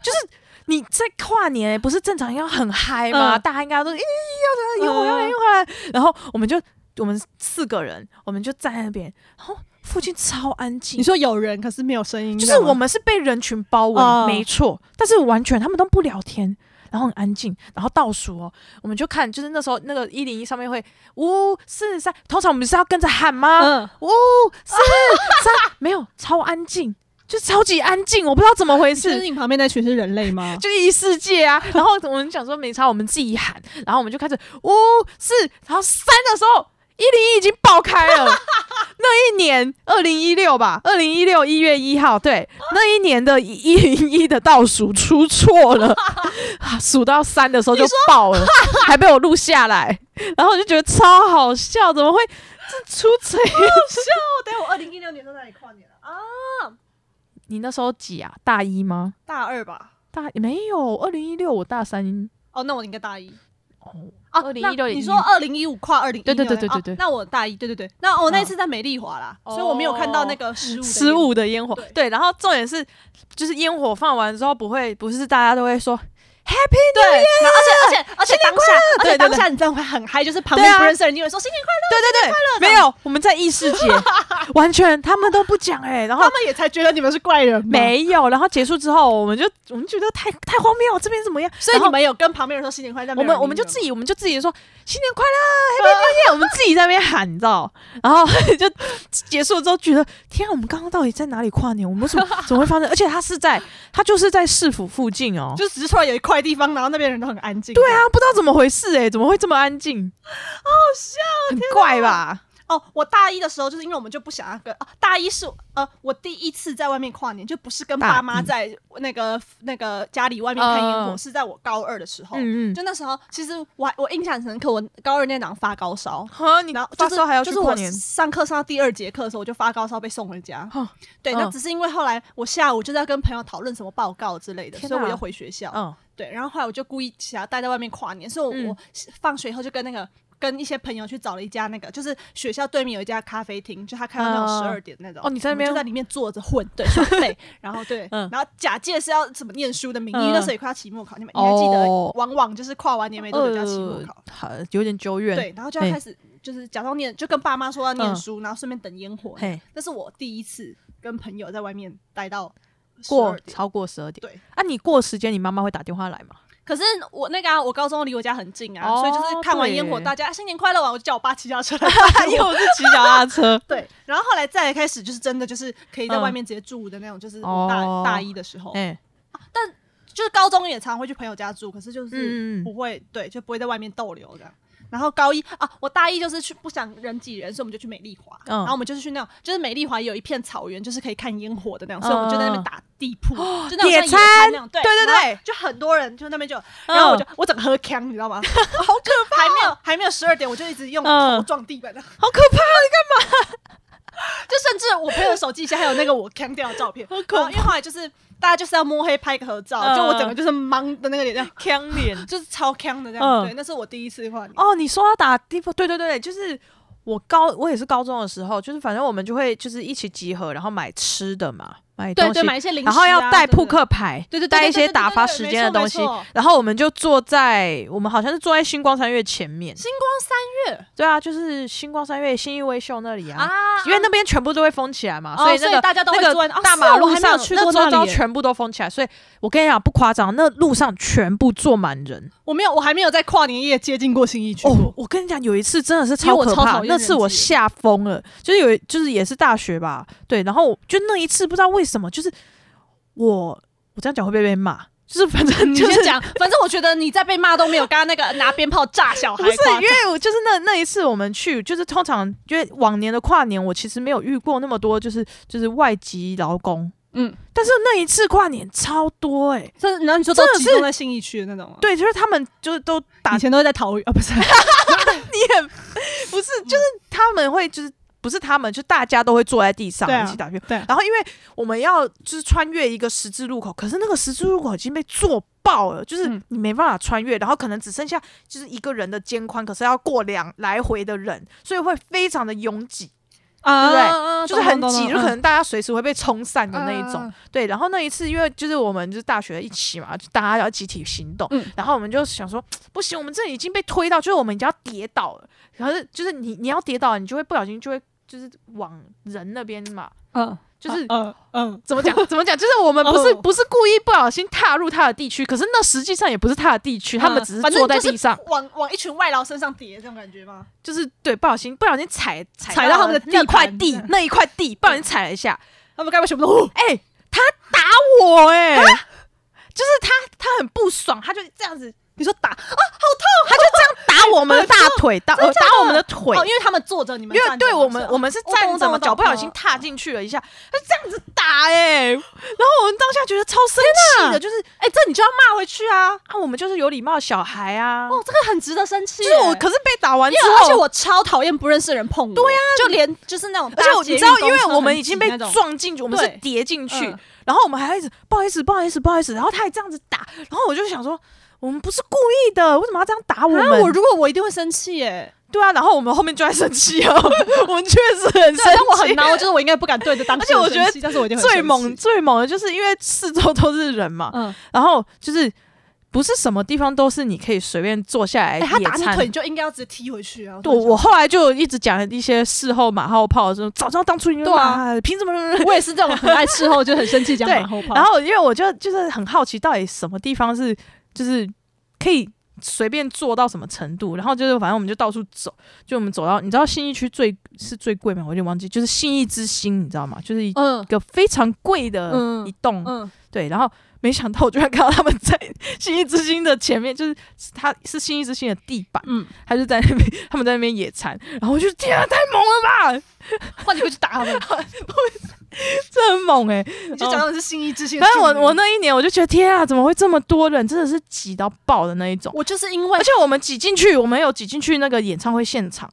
[SPEAKER 1] 就是。你在跨年、不是正常要很嗨吗？
[SPEAKER 2] 嗯
[SPEAKER 1] 大家应该都咦要来烟火要来
[SPEAKER 2] 嗯
[SPEAKER 1] 烟火来，然后我们就我们四个人，我们就站在那边，然后附近超安静
[SPEAKER 2] 你，说有人，可是没有声音，
[SPEAKER 1] 就
[SPEAKER 2] 这
[SPEAKER 1] 是
[SPEAKER 2] 样吗
[SPEAKER 1] 我们是被人群包围，
[SPEAKER 2] 哦
[SPEAKER 1] 没错，但是完全他们都不聊天，然后很安静，然后倒数哦，我们就看，就是那时候那个一零一上面会五四三，
[SPEAKER 2] 啊
[SPEAKER 1] 通常我们是要跟着喊吗？
[SPEAKER 2] 嗯，
[SPEAKER 1] 五四三，没有，超安静，就超级安静，我不知道怎么回
[SPEAKER 2] 你确
[SPEAKER 1] 事。
[SPEAKER 2] 定旁边那群是人类 吗？
[SPEAKER 1] 就异世界啊，然后我们讲说没差，我们自己喊，然后我们就开始五四，然后三的时候，一零一已经爆开了。那一年二零一六吧，二零一六一月一号，对，那一年的一零一的倒数出错了，啊数到三的时候就爆了，还被我录下来，然后我就觉得超好笑，怎么会这出这样？
[SPEAKER 2] 哦，等我二零一六年在那里跨年了啊，
[SPEAKER 1] 你那时候几啊？大一吗？
[SPEAKER 2] 大二吧？
[SPEAKER 1] 大没有，二零一六我大三。
[SPEAKER 2] 哦，那我应该大一。
[SPEAKER 1] 哦，
[SPEAKER 2] 啊，
[SPEAKER 1] 2016
[SPEAKER 2] 那
[SPEAKER 1] 也
[SPEAKER 2] 你说二零一五跨二零一哦
[SPEAKER 1] 对对对对对对
[SPEAKER 2] 那我大一，对对对，那我、哦、那
[SPEAKER 1] 嗯
[SPEAKER 2] 次在美丽华啦，
[SPEAKER 1] 哦
[SPEAKER 2] 所以我没有看到那个失误。
[SPEAKER 1] 失，误的烟火，
[SPEAKER 2] 对
[SPEAKER 1] 对，然后重点是，就是烟火放完之后不会，不是大家都会说 Happy
[SPEAKER 2] 对，然后 而且而且而且当下，而
[SPEAKER 1] 对对对
[SPEAKER 2] 且当下你真的会很嗨，就是旁
[SPEAKER 1] 对
[SPEAKER 2] 边
[SPEAKER 1] 啊
[SPEAKER 2] 不认识的人就会说新年快乐，
[SPEAKER 1] 对对对，没有，我们在异世界，完全他们都不讲哎、然后
[SPEAKER 2] 他们也才觉得你们是怪人，，
[SPEAKER 1] 没有，然后结束之后，我们就我们觉得太太荒谬，这边怎么样？
[SPEAKER 2] 所以
[SPEAKER 1] 然后
[SPEAKER 2] 你们有跟旁边人说新年快乐，
[SPEAKER 1] 我
[SPEAKER 2] 没有
[SPEAKER 1] 们
[SPEAKER 2] 人
[SPEAKER 1] 我们就
[SPEAKER 2] 理
[SPEAKER 1] 自
[SPEAKER 2] 你
[SPEAKER 1] 己我们就自己说新年快乐 Happy New Year，我们自己在那边喊，你知道？然后 就结束之后觉得天啊，我们刚刚到底在哪里跨年？我们怎么怎么会发生？而且他是在他就是在市府附近哦
[SPEAKER 2] 们，就只是突然有一块地方，然后那边人都很安静。
[SPEAKER 1] 对啊，不知道怎么回事哎、怎么会这么安静？好笑，很怪吧？
[SPEAKER 2] 这样，哦，我大一的时候就是因为我们就不想要跟啊，大一是呃我第一次在外面跨年，就不是跟
[SPEAKER 1] 大
[SPEAKER 2] 爸妈在那个那个家里外面看烟火，
[SPEAKER 1] 嗯
[SPEAKER 2] 是在我高二的时候。
[SPEAKER 1] 嗯嗯，
[SPEAKER 2] 就那时候，其实我还我印象很深刻，我高二那档发高烧，
[SPEAKER 1] 啊，你
[SPEAKER 2] 然后
[SPEAKER 1] 发
[SPEAKER 2] 就是
[SPEAKER 1] 烧还要
[SPEAKER 2] 就
[SPEAKER 1] 去
[SPEAKER 2] 是
[SPEAKER 1] 跨
[SPEAKER 2] 我
[SPEAKER 1] 年？
[SPEAKER 2] 上课上到第二节课的时候，我就发高烧被送回家
[SPEAKER 1] 哼。
[SPEAKER 2] 对，那
[SPEAKER 1] 嗯
[SPEAKER 2] 只是因为后来我下午就是要跟朋友讨论什么报告之类的，
[SPEAKER 1] 天
[SPEAKER 2] 所以
[SPEAKER 1] 哪
[SPEAKER 2] 我又回学校。
[SPEAKER 1] 嗯，
[SPEAKER 2] 对，然后后来我就故意想要待在外面跨年，所以我,、
[SPEAKER 1] 嗯
[SPEAKER 2] 我放学以后就跟那个跟一些朋友去找了一家那个，就是学校对面有一家咖啡厅，就他开到那种
[SPEAKER 1] 哦
[SPEAKER 2] 十二点那种。
[SPEAKER 1] 哦你在那
[SPEAKER 2] 我们就
[SPEAKER 1] 边
[SPEAKER 2] 在里面坐着混，对，耍 废，然后对，
[SPEAKER 1] 嗯
[SPEAKER 2] 然后假借是要什么念书的名义，
[SPEAKER 1] 嗯
[SPEAKER 2] 因为那时候也快要期末考，你们应该记得
[SPEAKER 1] 哦，
[SPEAKER 2] 往往就是跨完年没多久就要期末考。
[SPEAKER 1] 好，有点久远。
[SPEAKER 2] 对，然后就要
[SPEAKER 1] 嘿
[SPEAKER 2] 开始就是假装念，就跟爸妈说要念
[SPEAKER 1] 嗯
[SPEAKER 2] 书，然后顺便等烟火。
[SPEAKER 1] 嘿，
[SPEAKER 2] 那是我第一次跟朋友在外面待到
[SPEAKER 1] 过
[SPEAKER 2] 12点
[SPEAKER 1] 超过十二点。
[SPEAKER 2] 对，
[SPEAKER 1] 啊，你过时间，你妈妈会打电话来吗？
[SPEAKER 2] 可是我那个啊，我高中离我家很近啊，
[SPEAKER 1] 哦
[SPEAKER 2] 所以就是看完
[SPEAKER 1] 对
[SPEAKER 2] 烟火，
[SPEAKER 1] 耶
[SPEAKER 2] 大家啊新年快乐完，我就叫我爸骑 脚车来。
[SPEAKER 1] 因为我是骑脚踏车
[SPEAKER 2] 对，然后后来再开始就是真的就是可以在
[SPEAKER 1] 嗯
[SPEAKER 2] 外面直接住的那种，就是我大、
[SPEAKER 1] 哦
[SPEAKER 2] 大一的时候，
[SPEAKER 1] 哎，
[SPEAKER 2] 就是高中也常会去朋友家住，可是就是
[SPEAKER 1] 嗯，
[SPEAKER 2] 不会、对，就不会在外面逗留这样。然后高一啊，我大一就是去不想人挤人，所以我们就去美丽华。
[SPEAKER 1] 嗯
[SPEAKER 2] 然后我们就是去那种，就是美丽华有一片草原，就是可以看烟火的那种，所以我们就在那边打地 铺，就那种
[SPEAKER 1] 嗯
[SPEAKER 2] 像
[SPEAKER 1] 野
[SPEAKER 2] 野
[SPEAKER 1] 餐
[SPEAKER 2] 餐那种。
[SPEAKER 1] 对
[SPEAKER 2] 对
[SPEAKER 1] 对对
[SPEAKER 2] 然后就很多人就那边就有，哦然后我
[SPEAKER 1] 嗯
[SPEAKER 2] 就、我整个喝呛，你知道吗？ 好可怕！还没有还没有十二点，我就一直用
[SPEAKER 1] 嗯
[SPEAKER 2] 头撞地板，然后
[SPEAKER 1] 好可哦
[SPEAKER 2] 就甚至我朋友手机下还有那个我呛掉的照片。
[SPEAKER 1] 怕，好
[SPEAKER 2] 然后因为后来就是大家就是要摸黑拍个合照，
[SPEAKER 1] 嗯
[SPEAKER 2] 就我整个就是懵的那个脸这样，
[SPEAKER 1] 呛脸。
[SPEAKER 2] 就是超呛的这样。
[SPEAKER 1] 嗯
[SPEAKER 2] 对，那是我第一次画你。
[SPEAKER 1] 哦，你说要打地铺，对对对，就是我高我也是高中的时候，就是反正我们就会就是一起集合，然后买吃的嘛，买东
[SPEAKER 2] 对
[SPEAKER 1] 西，
[SPEAKER 2] 对，买一些零食、啊，
[SPEAKER 1] 然后要带
[SPEAKER 2] 对
[SPEAKER 1] 扑，克牌，
[SPEAKER 2] 对对对对
[SPEAKER 1] 带一
[SPEAKER 2] 对对
[SPEAKER 1] 些
[SPEAKER 2] 对
[SPEAKER 1] 打
[SPEAKER 2] 对
[SPEAKER 1] 发
[SPEAKER 2] 对
[SPEAKER 1] 时
[SPEAKER 2] 没
[SPEAKER 1] 间的
[SPEAKER 2] 错没
[SPEAKER 1] 东西
[SPEAKER 2] 错。
[SPEAKER 1] 然后我们就坐在我们好像是坐在星光三月前面，
[SPEAKER 2] 星光三月
[SPEAKER 1] 对啊，就是星光三月新义威秀那里啊，
[SPEAKER 2] 啊
[SPEAKER 1] 因为那边全部都会封起来嘛，
[SPEAKER 2] 哦
[SPEAKER 1] 所以那
[SPEAKER 2] 所以
[SPEAKER 1] 个
[SPEAKER 2] 大家都会
[SPEAKER 1] 那
[SPEAKER 2] 坐
[SPEAKER 1] 个
[SPEAKER 2] 在哦
[SPEAKER 1] 大
[SPEAKER 2] 是啊
[SPEAKER 1] 马
[SPEAKER 2] 我
[SPEAKER 1] 路
[SPEAKER 2] 还没有
[SPEAKER 1] 上
[SPEAKER 2] 去过
[SPEAKER 1] 那
[SPEAKER 2] 那
[SPEAKER 1] 周遭
[SPEAKER 2] 里耶
[SPEAKER 1] 全部都封起来，所以我跟你讲不夸张，那路上全部坐满人。
[SPEAKER 2] 我没有，我还没有在跨年夜接近过新一区
[SPEAKER 1] 哦，我跟你讲，有一次真的是超可
[SPEAKER 2] 因为我超
[SPEAKER 1] 怕
[SPEAKER 2] 讨，厌
[SPEAKER 1] 那次我吓疯了，就是有就是也是大学吧，对，然后我就那一次不知道为什么，就是我我这样讲会不会被骂？就是反正
[SPEAKER 2] 你
[SPEAKER 1] 就是
[SPEAKER 2] 先讲， 反正我觉得你在被骂都没有刚刚那个拿鞭炮炸小孩
[SPEAKER 1] 不是，
[SPEAKER 2] 夸张
[SPEAKER 1] 因为我就是那那一次我们去，就是通常因为往年的跨年，我其实没有遇过那么多，就是就是外籍劳工，
[SPEAKER 2] 嗯，
[SPEAKER 1] 但是那一次跨年超多哎、欸，
[SPEAKER 2] 这然后你说都
[SPEAKER 1] 真的
[SPEAKER 2] 集
[SPEAKER 1] 是
[SPEAKER 2] 中在信义区的那种吗？
[SPEAKER 1] 对，就是他们就是都打
[SPEAKER 2] 以前都会在桃园啊，不是
[SPEAKER 1] 你很不是，就是他们会就是不是他们，就大家都会坐在地上
[SPEAKER 2] 对啊
[SPEAKER 1] 一起打拼。
[SPEAKER 2] 对啊
[SPEAKER 1] 然后因为我们要就是穿越一个十字路口，可是那个十字路口已经被坐爆了，就是
[SPEAKER 2] 嗯
[SPEAKER 1] 你没办法穿越，然后可能只剩下就是一个人的肩宽，可是要过两来回的人，所以会非常的拥挤，
[SPEAKER 2] 啊，
[SPEAKER 1] 就是很挤，就可能大家随时会被冲散的
[SPEAKER 2] 懂
[SPEAKER 1] 那一种。。对，然后那一次，因为就是我们就是大学一起嘛，就大家要集体行动，
[SPEAKER 2] 嗯
[SPEAKER 1] 然后我们就想说，不行，我们这已经被推到，就是我们已经要跌倒了。可是就是你你要跌倒了，你就会不小心就会就是往人那边嘛，
[SPEAKER 2] 嗯，
[SPEAKER 1] 就是
[SPEAKER 2] 嗯嗯，
[SPEAKER 1] 怎么讲怎么讲，就是我们不是
[SPEAKER 2] 哦
[SPEAKER 1] 不是故意不小心踏入他的地区，可是那实际上也不是他的地区，他们
[SPEAKER 2] 嗯
[SPEAKER 1] 只是
[SPEAKER 2] 反正
[SPEAKER 1] 坐在
[SPEAKER 2] 就是
[SPEAKER 1] 地上，
[SPEAKER 2] 往往一群外劳身上叠这种感觉吗？
[SPEAKER 1] 就是对，不小心不小心踩踩
[SPEAKER 2] 踩到他们的
[SPEAKER 1] 那
[SPEAKER 2] 地
[SPEAKER 1] 块
[SPEAKER 2] 盘
[SPEAKER 1] 地
[SPEAKER 2] 这样
[SPEAKER 1] 那一块地，不小心踩了一下，
[SPEAKER 2] 他们该不会全部都哦
[SPEAKER 1] 哎、打我哎、
[SPEAKER 2] 啊
[SPEAKER 1] 就是他他很不爽，他就这样子，
[SPEAKER 2] 你说打啊，
[SPEAKER 1] 他就这样打我们的大腿，打
[SPEAKER 2] 哎真
[SPEAKER 1] 呃
[SPEAKER 2] 的假的
[SPEAKER 1] 打我们的腿
[SPEAKER 2] 哦，因，为他们坐着，你们
[SPEAKER 1] 因为
[SPEAKER 2] 站着
[SPEAKER 1] 对我们
[SPEAKER 2] 是吧
[SPEAKER 1] 我们是
[SPEAKER 2] 我懂
[SPEAKER 1] 站着
[SPEAKER 2] 我
[SPEAKER 1] 嘛，
[SPEAKER 2] 懂
[SPEAKER 1] 脚不小心
[SPEAKER 2] 嗯
[SPEAKER 1] 踏进去了一下，他就这样子打哎、然后我们当下觉得超生气
[SPEAKER 2] 天哪
[SPEAKER 1] 的，就是
[SPEAKER 2] 哎、这你就要骂回去啊！
[SPEAKER 1] 啊，我们就是有礼貌的小孩啊，
[SPEAKER 2] 哦，这个很值得生气
[SPEAKER 1] 就
[SPEAKER 2] 耶。
[SPEAKER 1] 是我可是被打完
[SPEAKER 2] 因
[SPEAKER 1] 之
[SPEAKER 2] 为
[SPEAKER 1] 后，啊
[SPEAKER 2] 而且我超讨厌不认识的人碰我。对呀、就连就是那种
[SPEAKER 1] 而
[SPEAKER 2] 搭
[SPEAKER 1] 且我你
[SPEAKER 2] 捷运，
[SPEAKER 1] 知道，
[SPEAKER 2] 公
[SPEAKER 1] 因
[SPEAKER 2] 车
[SPEAKER 1] 为我们
[SPEAKER 2] 很
[SPEAKER 1] 已经
[SPEAKER 2] 挤
[SPEAKER 1] 被
[SPEAKER 2] 那种，
[SPEAKER 1] 撞进去，我们是
[SPEAKER 2] 对
[SPEAKER 1] 叠进去，
[SPEAKER 2] 嗯
[SPEAKER 1] 然后我们还一直不好意思，不好意思，不好意思，然后他还这样子打，然后我就想说，我们不是故意的，为什么要这样打我们？
[SPEAKER 2] 啊，我如果我一定会生气欸耶。
[SPEAKER 1] 对啊，然后我们后面就在生气啊， 我们确实很
[SPEAKER 2] 对，啊
[SPEAKER 1] 生
[SPEAKER 2] 但我很
[SPEAKER 1] 气。欸
[SPEAKER 2] 孬，就是我应该不敢对着当事
[SPEAKER 1] 而且我
[SPEAKER 2] 人
[SPEAKER 1] 觉得
[SPEAKER 2] 生气，但是我一定会
[SPEAKER 1] 最
[SPEAKER 2] 生
[SPEAKER 1] 猛
[SPEAKER 2] 气。
[SPEAKER 1] 最猛的就是因为四周都是人嘛，
[SPEAKER 2] 嗯，
[SPEAKER 1] 然后就是不是什么地方都是你可以随便坐下来
[SPEAKER 2] 哎、
[SPEAKER 1] 野
[SPEAKER 2] 他打你
[SPEAKER 1] 餐
[SPEAKER 2] 腿，你就应该要直接踢回去啊！
[SPEAKER 1] 对，我后来就一直讲一些事后马后炮，说早知道当初你们
[SPEAKER 2] 对啊
[SPEAKER 1] 骂凭 什么？
[SPEAKER 2] 我也是这种很爱事后就很 生气讲
[SPEAKER 1] 对
[SPEAKER 2] 马后炮，
[SPEAKER 1] 然后因为我就就是很好奇，到底什么地方是就是可以随便做到什么程度？然后就是反正我们就到处走，就我们走到你知道信义区最是最贵吗？我有点忘记，就是信义之星，你知道吗？就是一
[SPEAKER 2] 嗯
[SPEAKER 1] 个非常贵的
[SPEAKER 2] 嗯
[SPEAKER 1] 一栋，
[SPEAKER 2] 嗯，
[SPEAKER 1] 对。然后没想到我居然看到他们在信义之星的前面，就是它是信义之星的地板，
[SPEAKER 2] 嗯，
[SPEAKER 1] 他就在那边他们在那边野餐，然后我就天啊，太猛了吧，
[SPEAKER 2] 换你回去打他们，
[SPEAKER 1] 这很猛哎、
[SPEAKER 2] 你就假装你是心 意之心。
[SPEAKER 1] 但是我我那一年我就觉得天啊，怎么会这么多人？真的是挤到爆的那一种。
[SPEAKER 2] 我就是因为
[SPEAKER 1] 而且我们挤进去，我们有挤进去那个演唱会现场，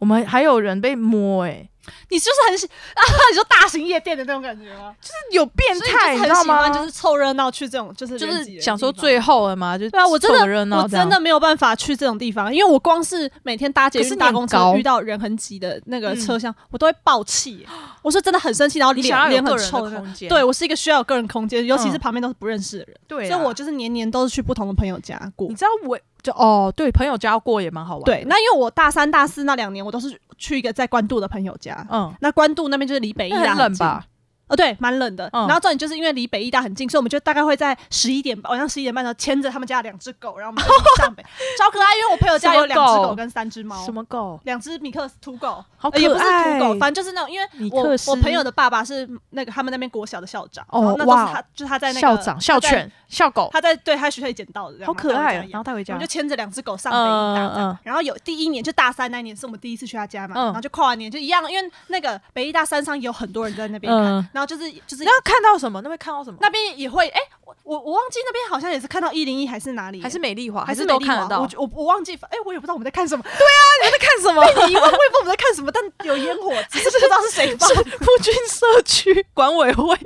[SPEAKER 1] 我们还有人被摸、欸，哎，
[SPEAKER 2] 你是不是 很喜啊？你说大型夜店的那种感觉吗？
[SPEAKER 1] 有变
[SPEAKER 2] 所以
[SPEAKER 1] 态，
[SPEAKER 2] 你
[SPEAKER 1] 知道
[SPEAKER 2] 就是很喜
[SPEAKER 1] 吗？
[SPEAKER 2] 欢就是凑热闹去这种就是
[SPEAKER 1] 就
[SPEAKER 2] 人挤人
[SPEAKER 1] 是
[SPEAKER 2] 的
[SPEAKER 1] 想说
[SPEAKER 2] 地方
[SPEAKER 1] 最后了嘛，就
[SPEAKER 2] 对啊，我真的
[SPEAKER 1] 凑热闹
[SPEAKER 2] 我
[SPEAKER 1] 这样
[SPEAKER 2] 真的没有办法去这种地方，因为我光是每天搭捷
[SPEAKER 1] 可是
[SPEAKER 2] 运、
[SPEAKER 1] 你
[SPEAKER 2] 搭公
[SPEAKER 1] 很
[SPEAKER 2] 车
[SPEAKER 1] 高嗯
[SPEAKER 2] 遇到人很挤的那个车厢，我都会爆气耶。我是真的很生气，然后
[SPEAKER 1] 你
[SPEAKER 2] 脸
[SPEAKER 1] 想要有
[SPEAKER 2] 脸
[SPEAKER 1] 个
[SPEAKER 2] 很
[SPEAKER 1] 人
[SPEAKER 2] 臭
[SPEAKER 1] 的
[SPEAKER 2] 的。
[SPEAKER 1] 空间，
[SPEAKER 2] 对我是一个需要有个人空间，尤其是
[SPEAKER 1] 嗯
[SPEAKER 2] 旁边都是不认识的人，
[SPEAKER 1] 对啊
[SPEAKER 2] 所以我
[SPEAKER 1] 就
[SPEAKER 2] 就是年年都是去不同的朋友家过
[SPEAKER 1] 你。知道我就哦，对，朋友家过也蛮好玩，，
[SPEAKER 2] 对，那因为我大三、大四那两年，我都是去一个在关渡的朋友家。
[SPEAKER 1] 嗯，
[SPEAKER 2] 那关渡那边就是离北艺
[SPEAKER 1] 那
[SPEAKER 2] 大
[SPEAKER 1] 很冷
[SPEAKER 2] 近？
[SPEAKER 1] 吧？
[SPEAKER 2] 哦，对，蛮冷的。
[SPEAKER 1] 嗯
[SPEAKER 2] 然后重点就是因为离北医大很近，所以我们就大概会在十一点晚上十一点半的时候牵着他们家的两只狗，然后我们就一起 上北，超可爱。因为我朋友家有两
[SPEAKER 1] 什
[SPEAKER 2] 只
[SPEAKER 1] 么
[SPEAKER 2] 狗
[SPEAKER 1] 狗
[SPEAKER 2] 跟三只猫
[SPEAKER 1] 什，么狗？
[SPEAKER 2] 两只米克斯土狗，
[SPEAKER 1] 好可
[SPEAKER 2] 呃
[SPEAKER 1] 爱，
[SPEAKER 2] 也不是土狗，反正就是那种，因为
[SPEAKER 1] 米
[SPEAKER 2] 我
[SPEAKER 1] 克斯
[SPEAKER 2] 我朋友的爸爸是那个他们那边国小的校长，
[SPEAKER 1] 哦
[SPEAKER 2] 然后那都
[SPEAKER 1] 哇
[SPEAKER 2] 是他，就是他在那个
[SPEAKER 1] 校长、校
[SPEAKER 2] 他在
[SPEAKER 1] 犬、校狗，
[SPEAKER 2] 他在对他在学校里捡到的，这样
[SPEAKER 1] 好
[SPEAKER 2] 嘛
[SPEAKER 1] 可
[SPEAKER 2] 带回
[SPEAKER 1] 爱
[SPEAKER 2] 家
[SPEAKER 1] 哦，
[SPEAKER 2] 养
[SPEAKER 1] 然后带回
[SPEAKER 2] 我
[SPEAKER 1] 家
[SPEAKER 2] 们就，牵着两只狗上北医大这
[SPEAKER 1] 嗯
[SPEAKER 2] 样
[SPEAKER 1] 嗯嗯
[SPEAKER 2] 然后有第一年就大三那一年是我们第一次去他家嘛，
[SPEAKER 1] 嗯
[SPEAKER 2] 然后就跨完年就一样，因为那个北医大山上也有很多人在那边看，
[SPEAKER 1] 嗯
[SPEAKER 2] 然后就是就是
[SPEAKER 1] 那看到什么？那会看到什么？
[SPEAKER 2] 那边也会哎、我我我忘记那边好像也是看到一零一还是哪里、
[SPEAKER 1] 还是美丽华，
[SPEAKER 2] 还
[SPEAKER 1] 是
[SPEAKER 2] 美
[SPEAKER 1] 都
[SPEAKER 2] 丽
[SPEAKER 1] 看
[SPEAKER 2] 华
[SPEAKER 1] 得到。
[SPEAKER 2] 我我我忘记哎、我也不知道我们在看什么，
[SPEAKER 1] 你在看什么？
[SPEAKER 2] 被你一问我也不知道我们在看什么，但有烟火，只是不知道是谁放的。
[SPEAKER 1] 是富军社区管委会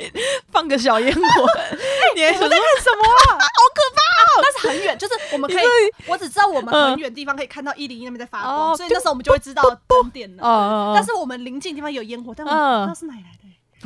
[SPEAKER 1] 放个小烟 火，哎你还
[SPEAKER 2] 我们
[SPEAKER 1] 在看什么、啊？
[SPEAKER 2] 但是很远，就是我们可以，我只知道我们很远地方可以看到一零一那边在发光，
[SPEAKER 1] 嗯哦
[SPEAKER 2] 所以那时候我们就会知道灯点了。
[SPEAKER 1] 哦
[SPEAKER 2] 但是我们临近地方有烟火，但我们不知道是哪里来的、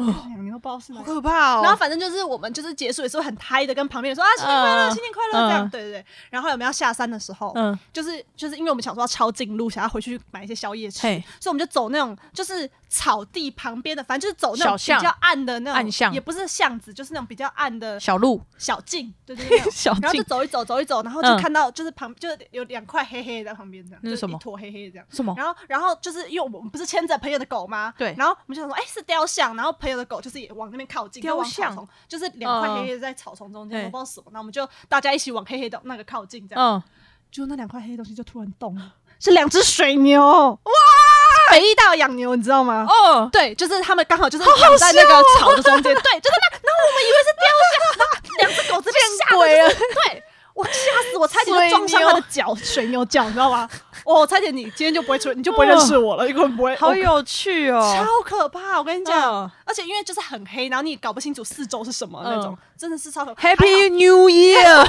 [SPEAKER 1] 哦
[SPEAKER 2] 欸，两年都不知道是哪
[SPEAKER 1] 好
[SPEAKER 2] 里。
[SPEAKER 1] 可怕哦！
[SPEAKER 2] 然后反正就是我们就是结束的时候很嗨的，跟旁边人说啊新年快乐，
[SPEAKER 1] 嗯
[SPEAKER 2] 新年快乐这样，
[SPEAKER 1] 嗯
[SPEAKER 2] 对对对。然后我们要下山的时候，
[SPEAKER 1] 嗯，
[SPEAKER 2] 就是就是因为我们想说要抄近路，想要回去买一些宵夜吃，所
[SPEAKER 1] 嘿，
[SPEAKER 2] 以我们就走那种就是草地旁边的，反正就是走那种
[SPEAKER 1] 小巷
[SPEAKER 2] 比较暗的那种
[SPEAKER 1] 暗巷
[SPEAKER 2] 也不是巷子，就是那种比较暗的
[SPEAKER 1] 小路，
[SPEAKER 2] 小径，对对对那种。
[SPEAKER 1] 小
[SPEAKER 2] 然后就
[SPEAKER 1] 静，
[SPEAKER 2] 走一走，走一走，然后就
[SPEAKER 1] 嗯
[SPEAKER 2] 看到就是旁就是有两块黑黑的在旁边这样，
[SPEAKER 1] 那
[SPEAKER 2] 就是是
[SPEAKER 1] 什
[SPEAKER 2] 一
[SPEAKER 1] 么
[SPEAKER 2] 坨黑黑的这样。
[SPEAKER 1] 什么？
[SPEAKER 2] 然后，然后就是因为我们不是牵着朋友的狗吗？
[SPEAKER 1] 哦对
[SPEAKER 2] 然后我们就想说，哎、是雕像。然后朋友的狗就是也往那边靠近，
[SPEAKER 1] 雕
[SPEAKER 2] 就往草
[SPEAKER 1] 像
[SPEAKER 2] 丛，就是两块黑黑的在草丛中间，
[SPEAKER 1] 嗯
[SPEAKER 2] 我不知道什么。那我们就大家一起往黑黑的那个靠近，这样。
[SPEAKER 1] 嗯，
[SPEAKER 2] 就那两块黑东西就突然动了，是两只水牛哇！北医大有养牛，你知道吗？
[SPEAKER 1] 哦，
[SPEAKER 2] 对，就是他们刚好就是养在那个草的 中间，对，就是那，然后我们以为是雕像，然后两只狗这边吓
[SPEAKER 1] 鬼
[SPEAKER 2] 得
[SPEAKER 1] 啊
[SPEAKER 2] 就是对。我吓死我，差点就撞上它的脚，水牛脚，你知道 吗？哦，差点你今天就不会出，你就不会认识我了，因为我不会，
[SPEAKER 1] 好有趣
[SPEAKER 2] 我
[SPEAKER 1] 哦！
[SPEAKER 2] 超可怕，我跟你讲，
[SPEAKER 1] 嗯
[SPEAKER 2] 而且因为就是很黑，然后你也搞不清楚四周是什么那种
[SPEAKER 1] 嗯，
[SPEAKER 2] 真的是超可怕。
[SPEAKER 1] Happy New Year！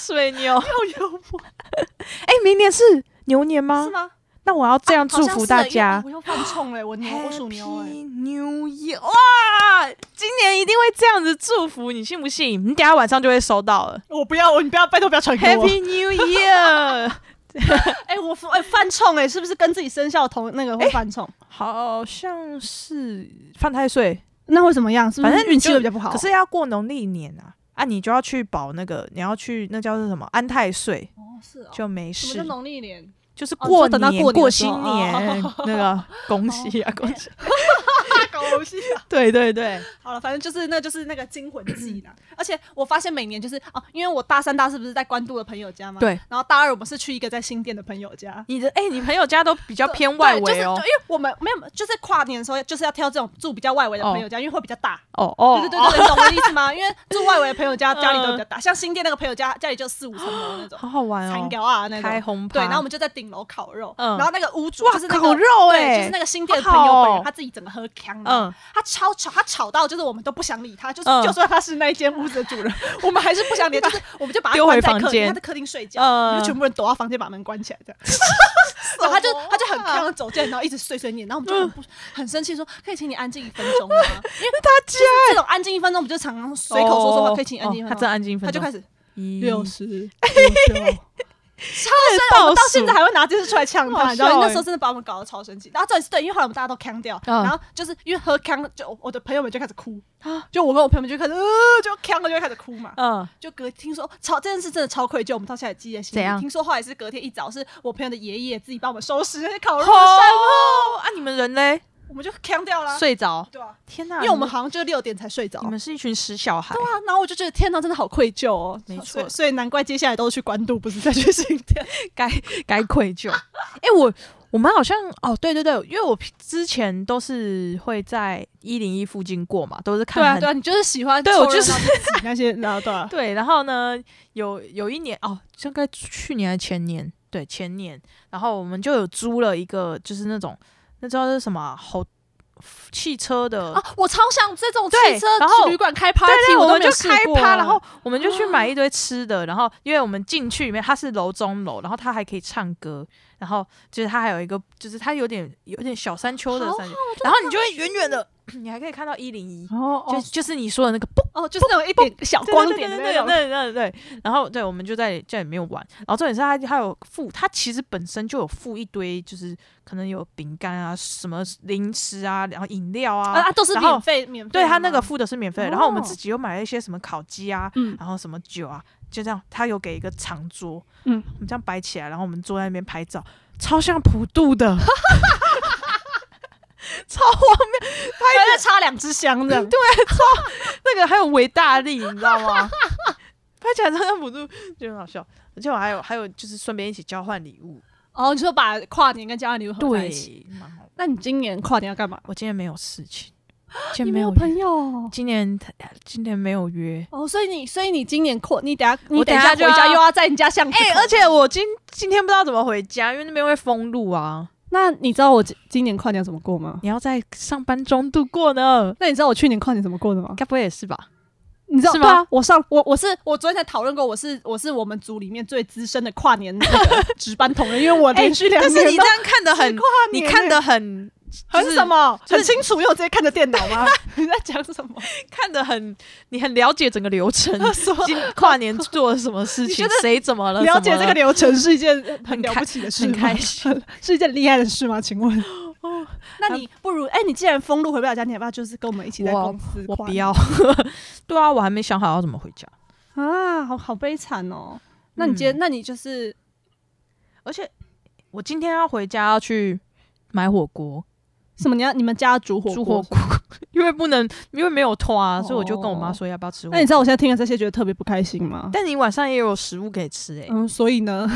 [SPEAKER 1] 水牛，
[SPEAKER 2] 还好有幽默
[SPEAKER 1] 哎，明年是牛年吗
[SPEAKER 2] 是？吗？
[SPEAKER 1] 那我要这样祝福大
[SPEAKER 2] 好
[SPEAKER 1] 家
[SPEAKER 2] 像是耶我又犯冲哎，我牛，我属牛哎。
[SPEAKER 1] Happy New Year！哇，今年一定会这样子祝福你，信不信？你等一下晚上就会收到 了。
[SPEAKER 2] 我不要，我你不要，拜托不要传给我。
[SPEAKER 1] Happy New Year！
[SPEAKER 2] 哎、我哎、犯冲哎、是不是跟自己生肖同那个
[SPEAKER 1] 哎
[SPEAKER 2] 会犯冲？
[SPEAKER 1] 好像是犯太岁，
[SPEAKER 2] 那会怎么样？是不
[SPEAKER 1] 反
[SPEAKER 2] 是
[SPEAKER 1] 正
[SPEAKER 2] 嗯运气
[SPEAKER 1] 就
[SPEAKER 2] 会比较不好？
[SPEAKER 1] 可是要过农历年啊，啊，你就要去保那个，你要去那叫是什么安太岁，
[SPEAKER 2] 哦，是哦，
[SPEAKER 1] 就没
[SPEAKER 2] 什么
[SPEAKER 1] 事
[SPEAKER 2] 叫，农历 年？
[SPEAKER 1] 就是
[SPEAKER 2] 哦你说
[SPEAKER 1] 过
[SPEAKER 2] 等到
[SPEAKER 1] 年、
[SPEAKER 2] 过年的时哦
[SPEAKER 1] 新
[SPEAKER 2] 候
[SPEAKER 1] 年、那个恭喜啊，恭喜！
[SPEAKER 2] 大狗戏
[SPEAKER 1] 对对对，
[SPEAKER 2] 好了，反正就是那就是那个惊魂记啦。 而且我发现每年就是哦，因为我大三、大四不是在关渡的朋友家吗？
[SPEAKER 1] 对。
[SPEAKER 2] 然后大二我们是去一个在新店的朋友家。
[SPEAKER 1] 你的哎、你朋友家都比较偏外
[SPEAKER 2] 对就是
[SPEAKER 1] 围哦
[SPEAKER 2] 对，因为我们没有，就是跨年的时候，就是要挑这种住比较外围的朋友家，因为会比较大。
[SPEAKER 1] 哦哦，
[SPEAKER 2] 对对
[SPEAKER 1] 哦
[SPEAKER 2] 对对，你懂我的意思 吗？因为住外围的朋友家家里都比较大，像新店那个朋友家家里就四五层楼那种，
[SPEAKER 1] 好好玩
[SPEAKER 2] 餐
[SPEAKER 1] 哦，
[SPEAKER 2] 条啊那
[SPEAKER 1] 开
[SPEAKER 2] 种。
[SPEAKER 1] 红
[SPEAKER 2] 对，
[SPEAKER 1] 盘，
[SPEAKER 2] 然后我们就在顶楼烤肉，
[SPEAKER 1] 嗯
[SPEAKER 2] 然后那个屋主
[SPEAKER 1] 哇
[SPEAKER 2] 就是那
[SPEAKER 1] 烤
[SPEAKER 2] 个
[SPEAKER 1] 肉哎、
[SPEAKER 2] 对，就是那个新店的朋友本
[SPEAKER 1] 好好
[SPEAKER 2] 人，
[SPEAKER 1] 哦
[SPEAKER 2] 他自己整个喝呛
[SPEAKER 1] 嗯
[SPEAKER 2] 了，他超吵，他吵到就是我们都不想理他，就是
[SPEAKER 1] 嗯
[SPEAKER 2] 就算他是那一间屋子的主人， 我们还是不 想理他，就是我们就把他
[SPEAKER 1] 丢回
[SPEAKER 2] 关在
[SPEAKER 1] 房
[SPEAKER 2] 客
[SPEAKER 1] 间
[SPEAKER 2] 厅，他在客厅睡觉，
[SPEAKER 1] 嗯
[SPEAKER 2] 我们就全部人躲到房间把门关起来这 样， 然后他就
[SPEAKER 1] 啊
[SPEAKER 2] 他就很呛的走进来，然后一直碎碎念，然后我们就
[SPEAKER 1] 嗯
[SPEAKER 2] 很不很生气说，可以请你安静一分钟吗？因为他家这种安静一分钟，我们就常常随口说说话，可以请你安静一
[SPEAKER 1] 哦
[SPEAKER 2] 分
[SPEAKER 1] 他真
[SPEAKER 2] 钟吗，
[SPEAKER 1] 安静一分
[SPEAKER 2] 他就
[SPEAKER 1] 钟，
[SPEAKER 2] 开始
[SPEAKER 1] 一
[SPEAKER 2] 六十 九。
[SPEAKER 1] 超
[SPEAKER 2] 我到现在还会拿这次出来呛
[SPEAKER 1] 很好
[SPEAKER 2] 他，然后
[SPEAKER 1] 笑
[SPEAKER 2] 那
[SPEAKER 1] 欸
[SPEAKER 2] 时候真的把我们搞得超生气。然后这一次对，因为后来我们大家都呛掉，
[SPEAKER 1] 嗯
[SPEAKER 2] 然后就是因为喝呛，就我的朋友们就开始哭
[SPEAKER 1] 啊，
[SPEAKER 2] 就我跟我朋友们就开始呃就呛了，就开始哭嘛。
[SPEAKER 1] 嗯，
[SPEAKER 2] 就隔听说超这件事真的超愧疚，我们到现在也记在心
[SPEAKER 1] 怎样
[SPEAKER 2] 里。听说后来是隔天一早，是我朋友的爷爷自己帮我们收拾那些烤肉
[SPEAKER 1] 好
[SPEAKER 2] 的山，
[SPEAKER 1] 啊，你们人嘞
[SPEAKER 2] 我哦们就呛掉了。
[SPEAKER 1] 睡着，
[SPEAKER 2] 对啊，
[SPEAKER 1] 天哪，
[SPEAKER 2] 因为我们好像就六点才睡着。
[SPEAKER 1] 你
[SPEAKER 2] 对
[SPEAKER 1] 们是一群死小孩，
[SPEAKER 2] 啊，然后我就觉得天哪，真的好愧疚哦。
[SPEAKER 1] 没错
[SPEAKER 2] 所以所以难怪接下来都是去关渡，不是再去新店。
[SPEAKER 1] 该该愧疚。 哎、我我们好像哦，对对对，因为我之前都是会在一零一附近过嘛，都是看
[SPEAKER 2] 对
[SPEAKER 1] 很
[SPEAKER 2] 啊，对啊，你就是喜欢
[SPEAKER 1] 对
[SPEAKER 2] 凑
[SPEAKER 1] 我
[SPEAKER 2] 热
[SPEAKER 1] 就是
[SPEAKER 2] 闹去挤那些，然后对啊，
[SPEAKER 1] 对，然后呢，有有一年哦，大概去年还是前年，对前年，然后我们就有租了一个，就是那种那叫是什么啊猴汽车的，
[SPEAKER 2] 啊，我超想这种
[SPEAKER 1] 对
[SPEAKER 2] 汽车
[SPEAKER 1] 然后
[SPEAKER 2] 旅馆开
[SPEAKER 1] 对
[SPEAKER 2] party，
[SPEAKER 1] 对，
[SPEAKER 2] 我
[SPEAKER 1] 我
[SPEAKER 2] 都
[SPEAKER 1] 们
[SPEAKER 2] 没有
[SPEAKER 1] 就
[SPEAKER 2] 试
[SPEAKER 1] 开
[SPEAKER 2] 过啊哦
[SPEAKER 1] 趴，然后我们就去买一堆吃的，然后因为我们进去里面它是楼中楼，然后它还可以唱歌，然后就是它还有一个，就是它有点有点小山丘的
[SPEAKER 2] 好
[SPEAKER 1] 山丘，然后你就会远远的， 你还可以看到一零一。
[SPEAKER 2] 哦
[SPEAKER 1] 就就是你说的那个不
[SPEAKER 2] 哦，就是那种一点小光点的
[SPEAKER 1] 对
[SPEAKER 2] 那
[SPEAKER 1] 对
[SPEAKER 2] 种，
[SPEAKER 1] 对对对对。然后对，我们就在在里面玩。然后重点是它它有附，它其实本身就有附一堆，就是可能有饼干啊、什么零食啊，然后饮料啊。
[SPEAKER 2] 啊啊，都是
[SPEAKER 1] 然后
[SPEAKER 2] 免费免费的
[SPEAKER 1] 对
[SPEAKER 2] 吗，
[SPEAKER 1] 它那个附的是免费的，然后我们
[SPEAKER 2] 哦
[SPEAKER 1] 自己又买了一些什么烤鸡啊，
[SPEAKER 2] 嗯
[SPEAKER 1] 然后什么酒啊，就这样，他有给一个长桌，
[SPEAKER 2] 嗯，
[SPEAKER 1] 我们这样摆起来，然后我们坐在那边拍照，超像普渡 的，超荒谬。
[SPEAKER 2] 还要插两支香 这样，对，
[SPEAKER 1] 那个还有维大力，你知道吗？ 拍起来真的不住，就很好笑。而且我还有还有就是顺便一起交换礼物，
[SPEAKER 2] 哦，你说把跨年跟家人礼物合在一起，，
[SPEAKER 1] 蛮好。
[SPEAKER 2] 那你今年跨年要干嘛？
[SPEAKER 1] 我今天没有事情，今
[SPEAKER 2] 啊你
[SPEAKER 1] 天
[SPEAKER 2] 没有
[SPEAKER 1] 有约
[SPEAKER 2] 朋友
[SPEAKER 1] 今年今年没有约。
[SPEAKER 2] 哦，所以你所以你今年跨，你等下你
[SPEAKER 1] 我等
[SPEAKER 2] 一
[SPEAKER 1] 下
[SPEAKER 2] 下
[SPEAKER 1] 就
[SPEAKER 2] 回家
[SPEAKER 1] 要
[SPEAKER 2] 又要在你家巷子
[SPEAKER 1] 哎、
[SPEAKER 2] 口
[SPEAKER 1] 而且我今今天不知道怎么回家，因为那边会封路啊。
[SPEAKER 2] 那你知道我今今年跨年怎么过吗？
[SPEAKER 1] 你要在上班中度过呢，
[SPEAKER 2] 那你知道我去年跨年怎么过的吗？
[SPEAKER 1] 该不会也是吧？
[SPEAKER 2] 你知道
[SPEAKER 1] 是吗
[SPEAKER 2] 对啊，我上我我是我昨天才讨论过，我是我是我们组里面最资深的跨年那 个值班同仁，因为我哦连续两
[SPEAKER 1] 哎但
[SPEAKER 2] 年
[SPEAKER 1] 是你
[SPEAKER 2] 都
[SPEAKER 1] 这样看的很
[SPEAKER 2] 跨，
[SPEAKER 1] 你
[SPEAKER 2] 年欸
[SPEAKER 1] 看的很就是
[SPEAKER 2] 很什么，
[SPEAKER 1] 就是
[SPEAKER 2] 很清楚，因为我直接看着电脑 吗？你在讲什么？
[SPEAKER 1] 看的很，你很了解整个流程，
[SPEAKER 2] 什么
[SPEAKER 1] 今跨 年做了什么事
[SPEAKER 2] 你
[SPEAKER 1] 情
[SPEAKER 2] 觉得，
[SPEAKER 1] 谁怎么了，
[SPEAKER 2] 了解这个
[SPEAKER 1] 流
[SPEAKER 2] 流程是一件很
[SPEAKER 1] 很
[SPEAKER 2] 了
[SPEAKER 1] 开
[SPEAKER 2] 不起的事
[SPEAKER 1] 很
[SPEAKER 2] 吗，
[SPEAKER 1] 开心。
[SPEAKER 2] 是一件厉害的事吗？请问，
[SPEAKER 1] 哦
[SPEAKER 2] 那你不如哎，你既然封路回不了家，你要不要就是跟我们一起在
[SPEAKER 1] 我
[SPEAKER 2] 公司
[SPEAKER 1] 我
[SPEAKER 2] 跨
[SPEAKER 1] 不
[SPEAKER 2] 年
[SPEAKER 1] 要， 对啊，我还没想好要怎么回家。
[SPEAKER 2] 啊？好好悲惨哦。那你今天，那你就是
[SPEAKER 1] 而且我今天要回家要去买火锅，
[SPEAKER 2] 什么？你要你们家煮火
[SPEAKER 1] 煮火
[SPEAKER 2] 锅？
[SPEAKER 1] 锅， 因为不能，因为没有拖啊，所以我就跟我妈
[SPEAKER 2] 哦
[SPEAKER 1] 说要不要吃火
[SPEAKER 2] 那你
[SPEAKER 1] 锅。
[SPEAKER 2] 知道我现在听了这些觉得特别不开心吗？
[SPEAKER 1] 但你晚上也有食物可以吃欸诶，
[SPEAKER 2] 嗯，所以呢，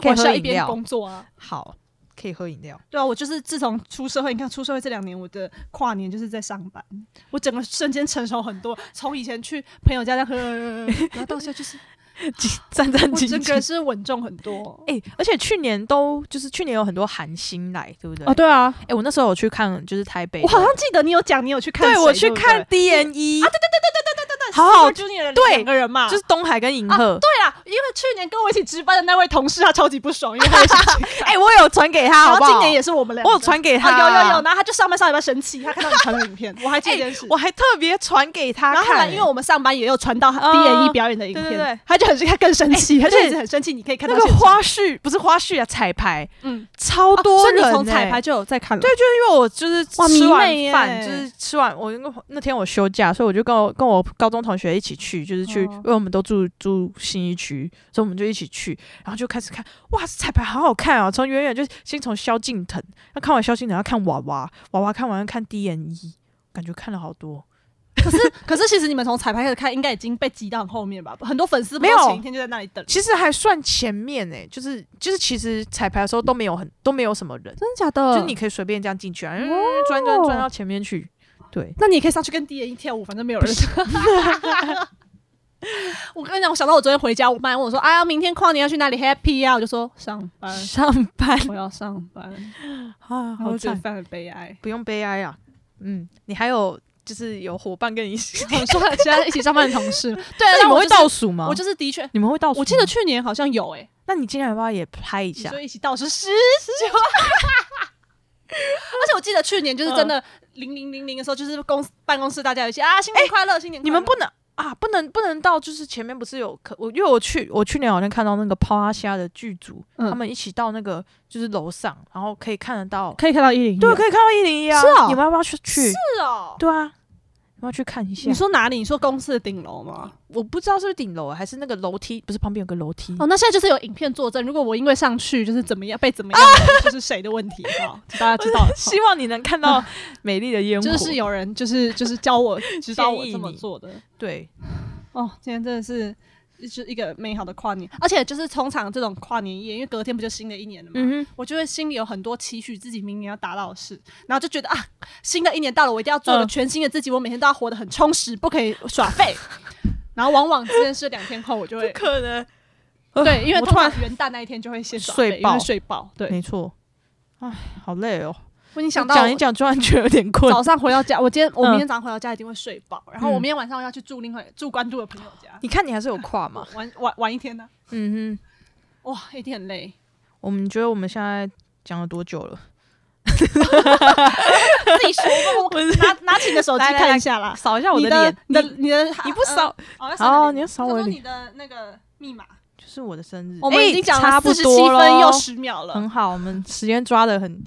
[SPEAKER 1] 可以
[SPEAKER 2] 我是
[SPEAKER 1] 喝
[SPEAKER 2] 要一
[SPEAKER 1] 饮
[SPEAKER 2] 边
[SPEAKER 1] 料，
[SPEAKER 2] 工作啊。
[SPEAKER 1] 好，可以喝饮 料。
[SPEAKER 2] 对啊，我就是自从出社会，你看出社会这两年，我的跨年就是在上班，我整个瞬间成熟很多。从以前去朋友家那喝，然后到现在 就是
[SPEAKER 1] 战战
[SPEAKER 2] 我
[SPEAKER 1] 兢
[SPEAKER 2] 整个
[SPEAKER 1] 兢
[SPEAKER 2] 人。是稳重很多。
[SPEAKER 1] 哎、而且去年都就是去年有很多韩星来，对不对？哎、
[SPEAKER 2] 哦，对啊，
[SPEAKER 1] 我那时候有去看，就是台北的，
[SPEAKER 2] 我好像记得你有讲，你有去看谁，
[SPEAKER 1] 对我去看
[SPEAKER 2] 对
[SPEAKER 1] D N E 啊，对啊
[SPEAKER 2] 不对
[SPEAKER 1] 好好
[SPEAKER 2] Super
[SPEAKER 1] 对
[SPEAKER 2] Junior 的两个人嘛，
[SPEAKER 1] 就是东海跟银赫。
[SPEAKER 2] 对啦，因为去年跟我一起值班的那位同事，他超级不爽，因 为他一起去看，
[SPEAKER 1] 哎、我有传给他，
[SPEAKER 2] 然
[SPEAKER 1] 好不
[SPEAKER 2] 后
[SPEAKER 1] 好？
[SPEAKER 2] 今年也是我们两个，
[SPEAKER 1] 我有传给他、欸哎
[SPEAKER 2] 啊，有有有，，然后他就上班上礼拜生气，他看到你传的影片，我还记得这件事。
[SPEAKER 1] 我还特别传给他
[SPEAKER 2] 然后后
[SPEAKER 1] 看、
[SPEAKER 2] 来，因为我们上班也有传到
[SPEAKER 1] 嗯
[SPEAKER 2] D N E 表演的影片，
[SPEAKER 1] 对对对
[SPEAKER 2] 他就很他更生气，
[SPEAKER 1] 哎
[SPEAKER 2] 他就
[SPEAKER 1] 而且
[SPEAKER 2] 一直很生气。你可以看
[SPEAKER 1] 那
[SPEAKER 2] 到
[SPEAKER 1] 个
[SPEAKER 2] 现场，
[SPEAKER 1] 花絮不是花絮啊，彩排
[SPEAKER 2] 嗯，
[SPEAKER 1] 超多人、欸
[SPEAKER 2] 所以你从彩排就有在看了，
[SPEAKER 1] 对，就是因为我就是
[SPEAKER 2] 哇
[SPEAKER 1] 吃完
[SPEAKER 2] 迷妹
[SPEAKER 1] 饭，
[SPEAKER 2] 耶
[SPEAKER 1] 就是吃完我那个那天我休假，所以我就跟我跟我高中同学一起去，就是去，
[SPEAKER 2] 哦
[SPEAKER 1] 因为我们都住住新一区，所以我们就一起去，然后就开始看，哇，彩排好好看啊！从远远就先从萧敬腾，那看完萧敬腾要看娃娃，娃娃看完要看 D N E，感觉看了好多，
[SPEAKER 2] 可是 可是其实你们从彩排开始看，应该已经被挤到很后面吧？很多粉丝不知道
[SPEAKER 1] 没有
[SPEAKER 2] 前一天就在那里等，
[SPEAKER 1] 其实还算前面诶、就是就是其实彩排的时候都没有很都没有什么人，
[SPEAKER 2] 真的假的
[SPEAKER 1] 就你，可以随便这样进去啊，嗯钻钻钻到前面去，对，
[SPEAKER 2] 那你也可以上去跟 D 人一跳舞，反正没有 人。我跟你讲，我想到我昨天回家，我妈还问我说：“哎呀，明天跨年要去哪里 happy 啊？”我就说上班，
[SPEAKER 1] 上班
[SPEAKER 2] 我要上班，
[SPEAKER 1] 啊，
[SPEAKER 2] 然后
[SPEAKER 1] 好
[SPEAKER 2] 就
[SPEAKER 1] 惨，
[SPEAKER 2] 非常悲哀。
[SPEAKER 1] 不用悲哀啊，嗯，你还有就是有伙伴跟你一 起，
[SPEAKER 2] 我说其他一起上班的同事， 对啊，
[SPEAKER 1] 那你
[SPEAKER 2] 但
[SPEAKER 1] 们
[SPEAKER 2] 我
[SPEAKER 1] 会
[SPEAKER 2] 就是
[SPEAKER 1] 倒数吗？
[SPEAKER 2] 我就是的确，
[SPEAKER 1] 你们会倒数吗？
[SPEAKER 2] 我记得去年好像有哎、
[SPEAKER 1] 那你今天要不要也拍一
[SPEAKER 2] 你
[SPEAKER 1] 下
[SPEAKER 2] 说？一起倒数十 十九，而且我记得去年就是真的零零零零的时候，就是公司办公室大家有一起啊，新年快乐，新年快乐
[SPEAKER 1] 你们不能啊，不能不能到就是前面不是有可我因为我去我去年好像看到那个泡阿虾的剧组，
[SPEAKER 2] 嗯
[SPEAKER 1] 他们一起到那个就是楼上，然后可以看得到，
[SPEAKER 2] 可以看到一零
[SPEAKER 1] 对，可以看到一零一啊。
[SPEAKER 2] 是哦
[SPEAKER 1] 你们要不要去去？
[SPEAKER 2] 是哦。
[SPEAKER 1] 对啊，你们要去看一下
[SPEAKER 2] 你。说哪里？你说公司的顶楼吗？
[SPEAKER 1] 我不知道是不是顶楼啊还是那个楼梯，不是旁边有个楼梯。
[SPEAKER 2] 哦，那现在就是有影片作证。如果我因为上去就是怎么样被怎么样，就是谁的问题哈，啊就 大家知道了。
[SPEAKER 1] 希望你能看到 美丽的烟火。
[SPEAKER 2] 哦就是有人就是就是教 我指导我
[SPEAKER 1] 建议
[SPEAKER 2] 这么
[SPEAKER 1] 你
[SPEAKER 2] 做的。
[SPEAKER 1] 对，
[SPEAKER 2] 哦，今天真的是就是一个美好的跨年，而且就是通常这种跨年夜，因为隔天不就新的一年了嘛，
[SPEAKER 1] 嗯哼，
[SPEAKER 2] 我就会心里有很多期许，自己明年要达到的事，然后就觉得啊，新的一年到了，我一定要做个
[SPEAKER 1] 嗯
[SPEAKER 2] 全新的自己，我每天都要活得很充实，不可以耍 废。然后往往这件事两天后，我就会
[SPEAKER 1] 可能
[SPEAKER 2] 对，因 为
[SPEAKER 1] 我
[SPEAKER 2] 通
[SPEAKER 1] 突然
[SPEAKER 2] 常元旦那一天就会先耍
[SPEAKER 1] 睡
[SPEAKER 2] 废，因
[SPEAKER 1] 爆
[SPEAKER 2] 为睡爆。对，
[SPEAKER 1] 没错。唉，好累哦。
[SPEAKER 2] 我已经想到
[SPEAKER 1] 讲一讲，突然觉得有点困。
[SPEAKER 2] 早上回到家，我今天我
[SPEAKER 1] 嗯
[SPEAKER 2] 明天早上回到家一定会睡爆，然后我
[SPEAKER 1] 嗯
[SPEAKER 2] 明天晚上要去住另外住关渡的朋友家，
[SPEAKER 1] 你看你还是有跨嘛？
[SPEAKER 2] 玩玩玩一天呢、
[SPEAKER 1] 嗯哼，
[SPEAKER 2] 哇，一定很 累，
[SPEAKER 1] 我们觉得我们现在讲了多久了？
[SPEAKER 2] 自己说吧， 我 拿拿起你的手机
[SPEAKER 1] 来来来
[SPEAKER 2] 看一下 啦。
[SPEAKER 1] 扫一下我
[SPEAKER 2] 你
[SPEAKER 1] 脸，
[SPEAKER 2] 你的你的
[SPEAKER 1] 你不啊扫，
[SPEAKER 2] 哦，要
[SPEAKER 1] 哦
[SPEAKER 2] 扫
[SPEAKER 1] 你要扫我
[SPEAKER 2] 我
[SPEAKER 1] 的脸
[SPEAKER 2] 你的那个密码。
[SPEAKER 1] 就是我的生日。
[SPEAKER 2] 我们已经讲
[SPEAKER 1] 哎差
[SPEAKER 2] 了
[SPEAKER 1] 不
[SPEAKER 2] 四十
[SPEAKER 1] 多嗯
[SPEAKER 2] 七分又
[SPEAKER 1] 咯
[SPEAKER 2] 十秒了，
[SPEAKER 1] 很好，我们时间抓的很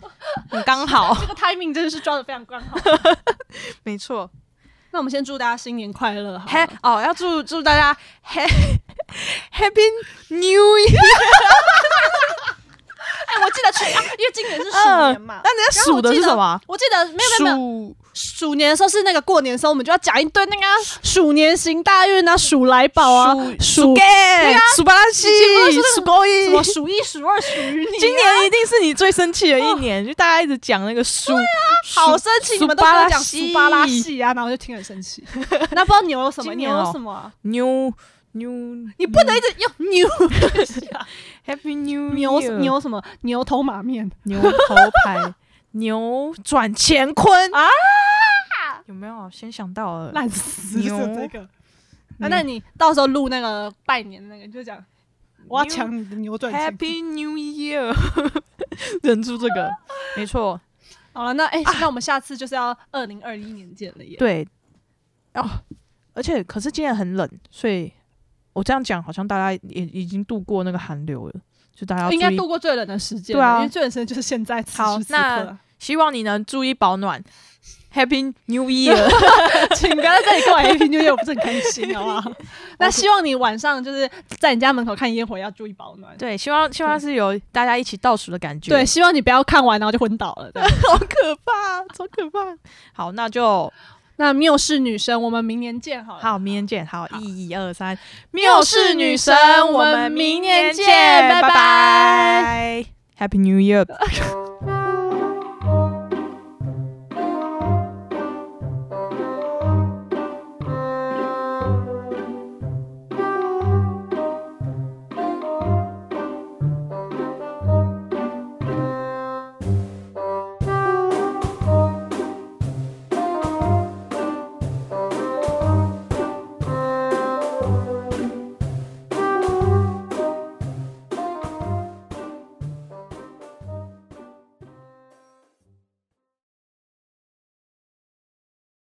[SPEAKER 1] 很刚 好，
[SPEAKER 2] 这个 timing 真的是抓的非常刚好。
[SPEAKER 1] 没错。
[SPEAKER 2] 那我们先祝大家新年快乐好
[SPEAKER 1] 嘿
[SPEAKER 2] 了，
[SPEAKER 1] 哦，要祝祝大家 Happy Happy New Year！
[SPEAKER 2] 哎，我记得去，啊因为今年是鼠年嘛
[SPEAKER 1] 嗯那。你在数的是什么？
[SPEAKER 2] 我记得没有没有没有，
[SPEAKER 1] 数
[SPEAKER 2] 鼠年的时候是那个过年的时候，我们就要讲一堆那个啊鼠年行大运啊，鼠来宝啊，
[SPEAKER 1] 数
[SPEAKER 2] 鼠
[SPEAKER 1] gay，数巴拉西
[SPEAKER 2] 你前面不是说那个，
[SPEAKER 1] 数高一
[SPEAKER 2] 什。么鼠一、鼠二、鼠于你啊。
[SPEAKER 1] 今年一定是你最生气的一年，就大家一直讲那个数，数
[SPEAKER 2] 好生气，
[SPEAKER 1] 数
[SPEAKER 2] 你们都跟我
[SPEAKER 1] 巴拉
[SPEAKER 2] 讲
[SPEAKER 1] 西
[SPEAKER 2] 苏巴拉系啊，然后我就听很生气。 那不知道牛有什么？
[SPEAKER 1] 今
[SPEAKER 2] 牛
[SPEAKER 1] 年哦
[SPEAKER 2] 有什么啊？
[SPEAKER 1] New New
[SPEAKER 2] 你不能一直 用牛
[SPEAKER 1] 啊 Happy New
[SPEAKER 2] 牛
[SPEAKER 1] Year
[SPEAKER 2] 牛什么牛头马面。
[SPEAKER 1] 牛头牌扭转乾坤
[SPEAKER 2] 啊！
[SPEAKER 1] 有没有先想到了？
[SPEAKER 2] 烂死
[SPEAKER 1] 牛
[SPEAKER 2] 了这个。 啊，那你到时候录那个拜年那个，你就讲我要抢你的牛转钱。
[SPEAKER 1] Happy New Year，忍 住这个，没错，
[SPEAKER 2] 好了，那哎、那我们下次就是要二零二一年见了耶。
[SPEAKER 1] 啊对哦。而且，可是今天很冷，所以我这样讲好像大家也已经度过那个寒流了，就大家要
[SPEAKER 2] 应该
[SPEAKER 1] 啊注意
[SPEAKER 2] 度过最冷的时间了，
[SPEAKER 1] 对啊
[SPEAKER 2] 因为最冷的时间就是现在此
[SPEAKER 1] 好
[SPEAKER 2] 时此刻
[SPEAKER 1] 那
[SPEAKER 2] 啊。
[SPEAKER 1] 希望你能注意保暖。Happy New Year，
[SPEAKER 2] 请不要在这里跟我 A P New Year，我不是很开心，好不好？那希望你晚上就是在你家门口看烟火，要注意保暖。
[SPEAKER 1] 对，希望希望是有大家一起倒数的感觉，
[SPEAKER 2] 对，，希望你不要看完然后就昏倒 了。对
[SPEAKER 1] 好可怕，超可怕。 好，那就
[SPEAKER 2] 那缪氏女神，我们明年见好了。
[SPEAKER 1] 好，明年见。好，一一二三，
[SPEAKER 2] 缪氏女神我们明年见拜拜
[SPEAKER 1] 拜。Happy New Year。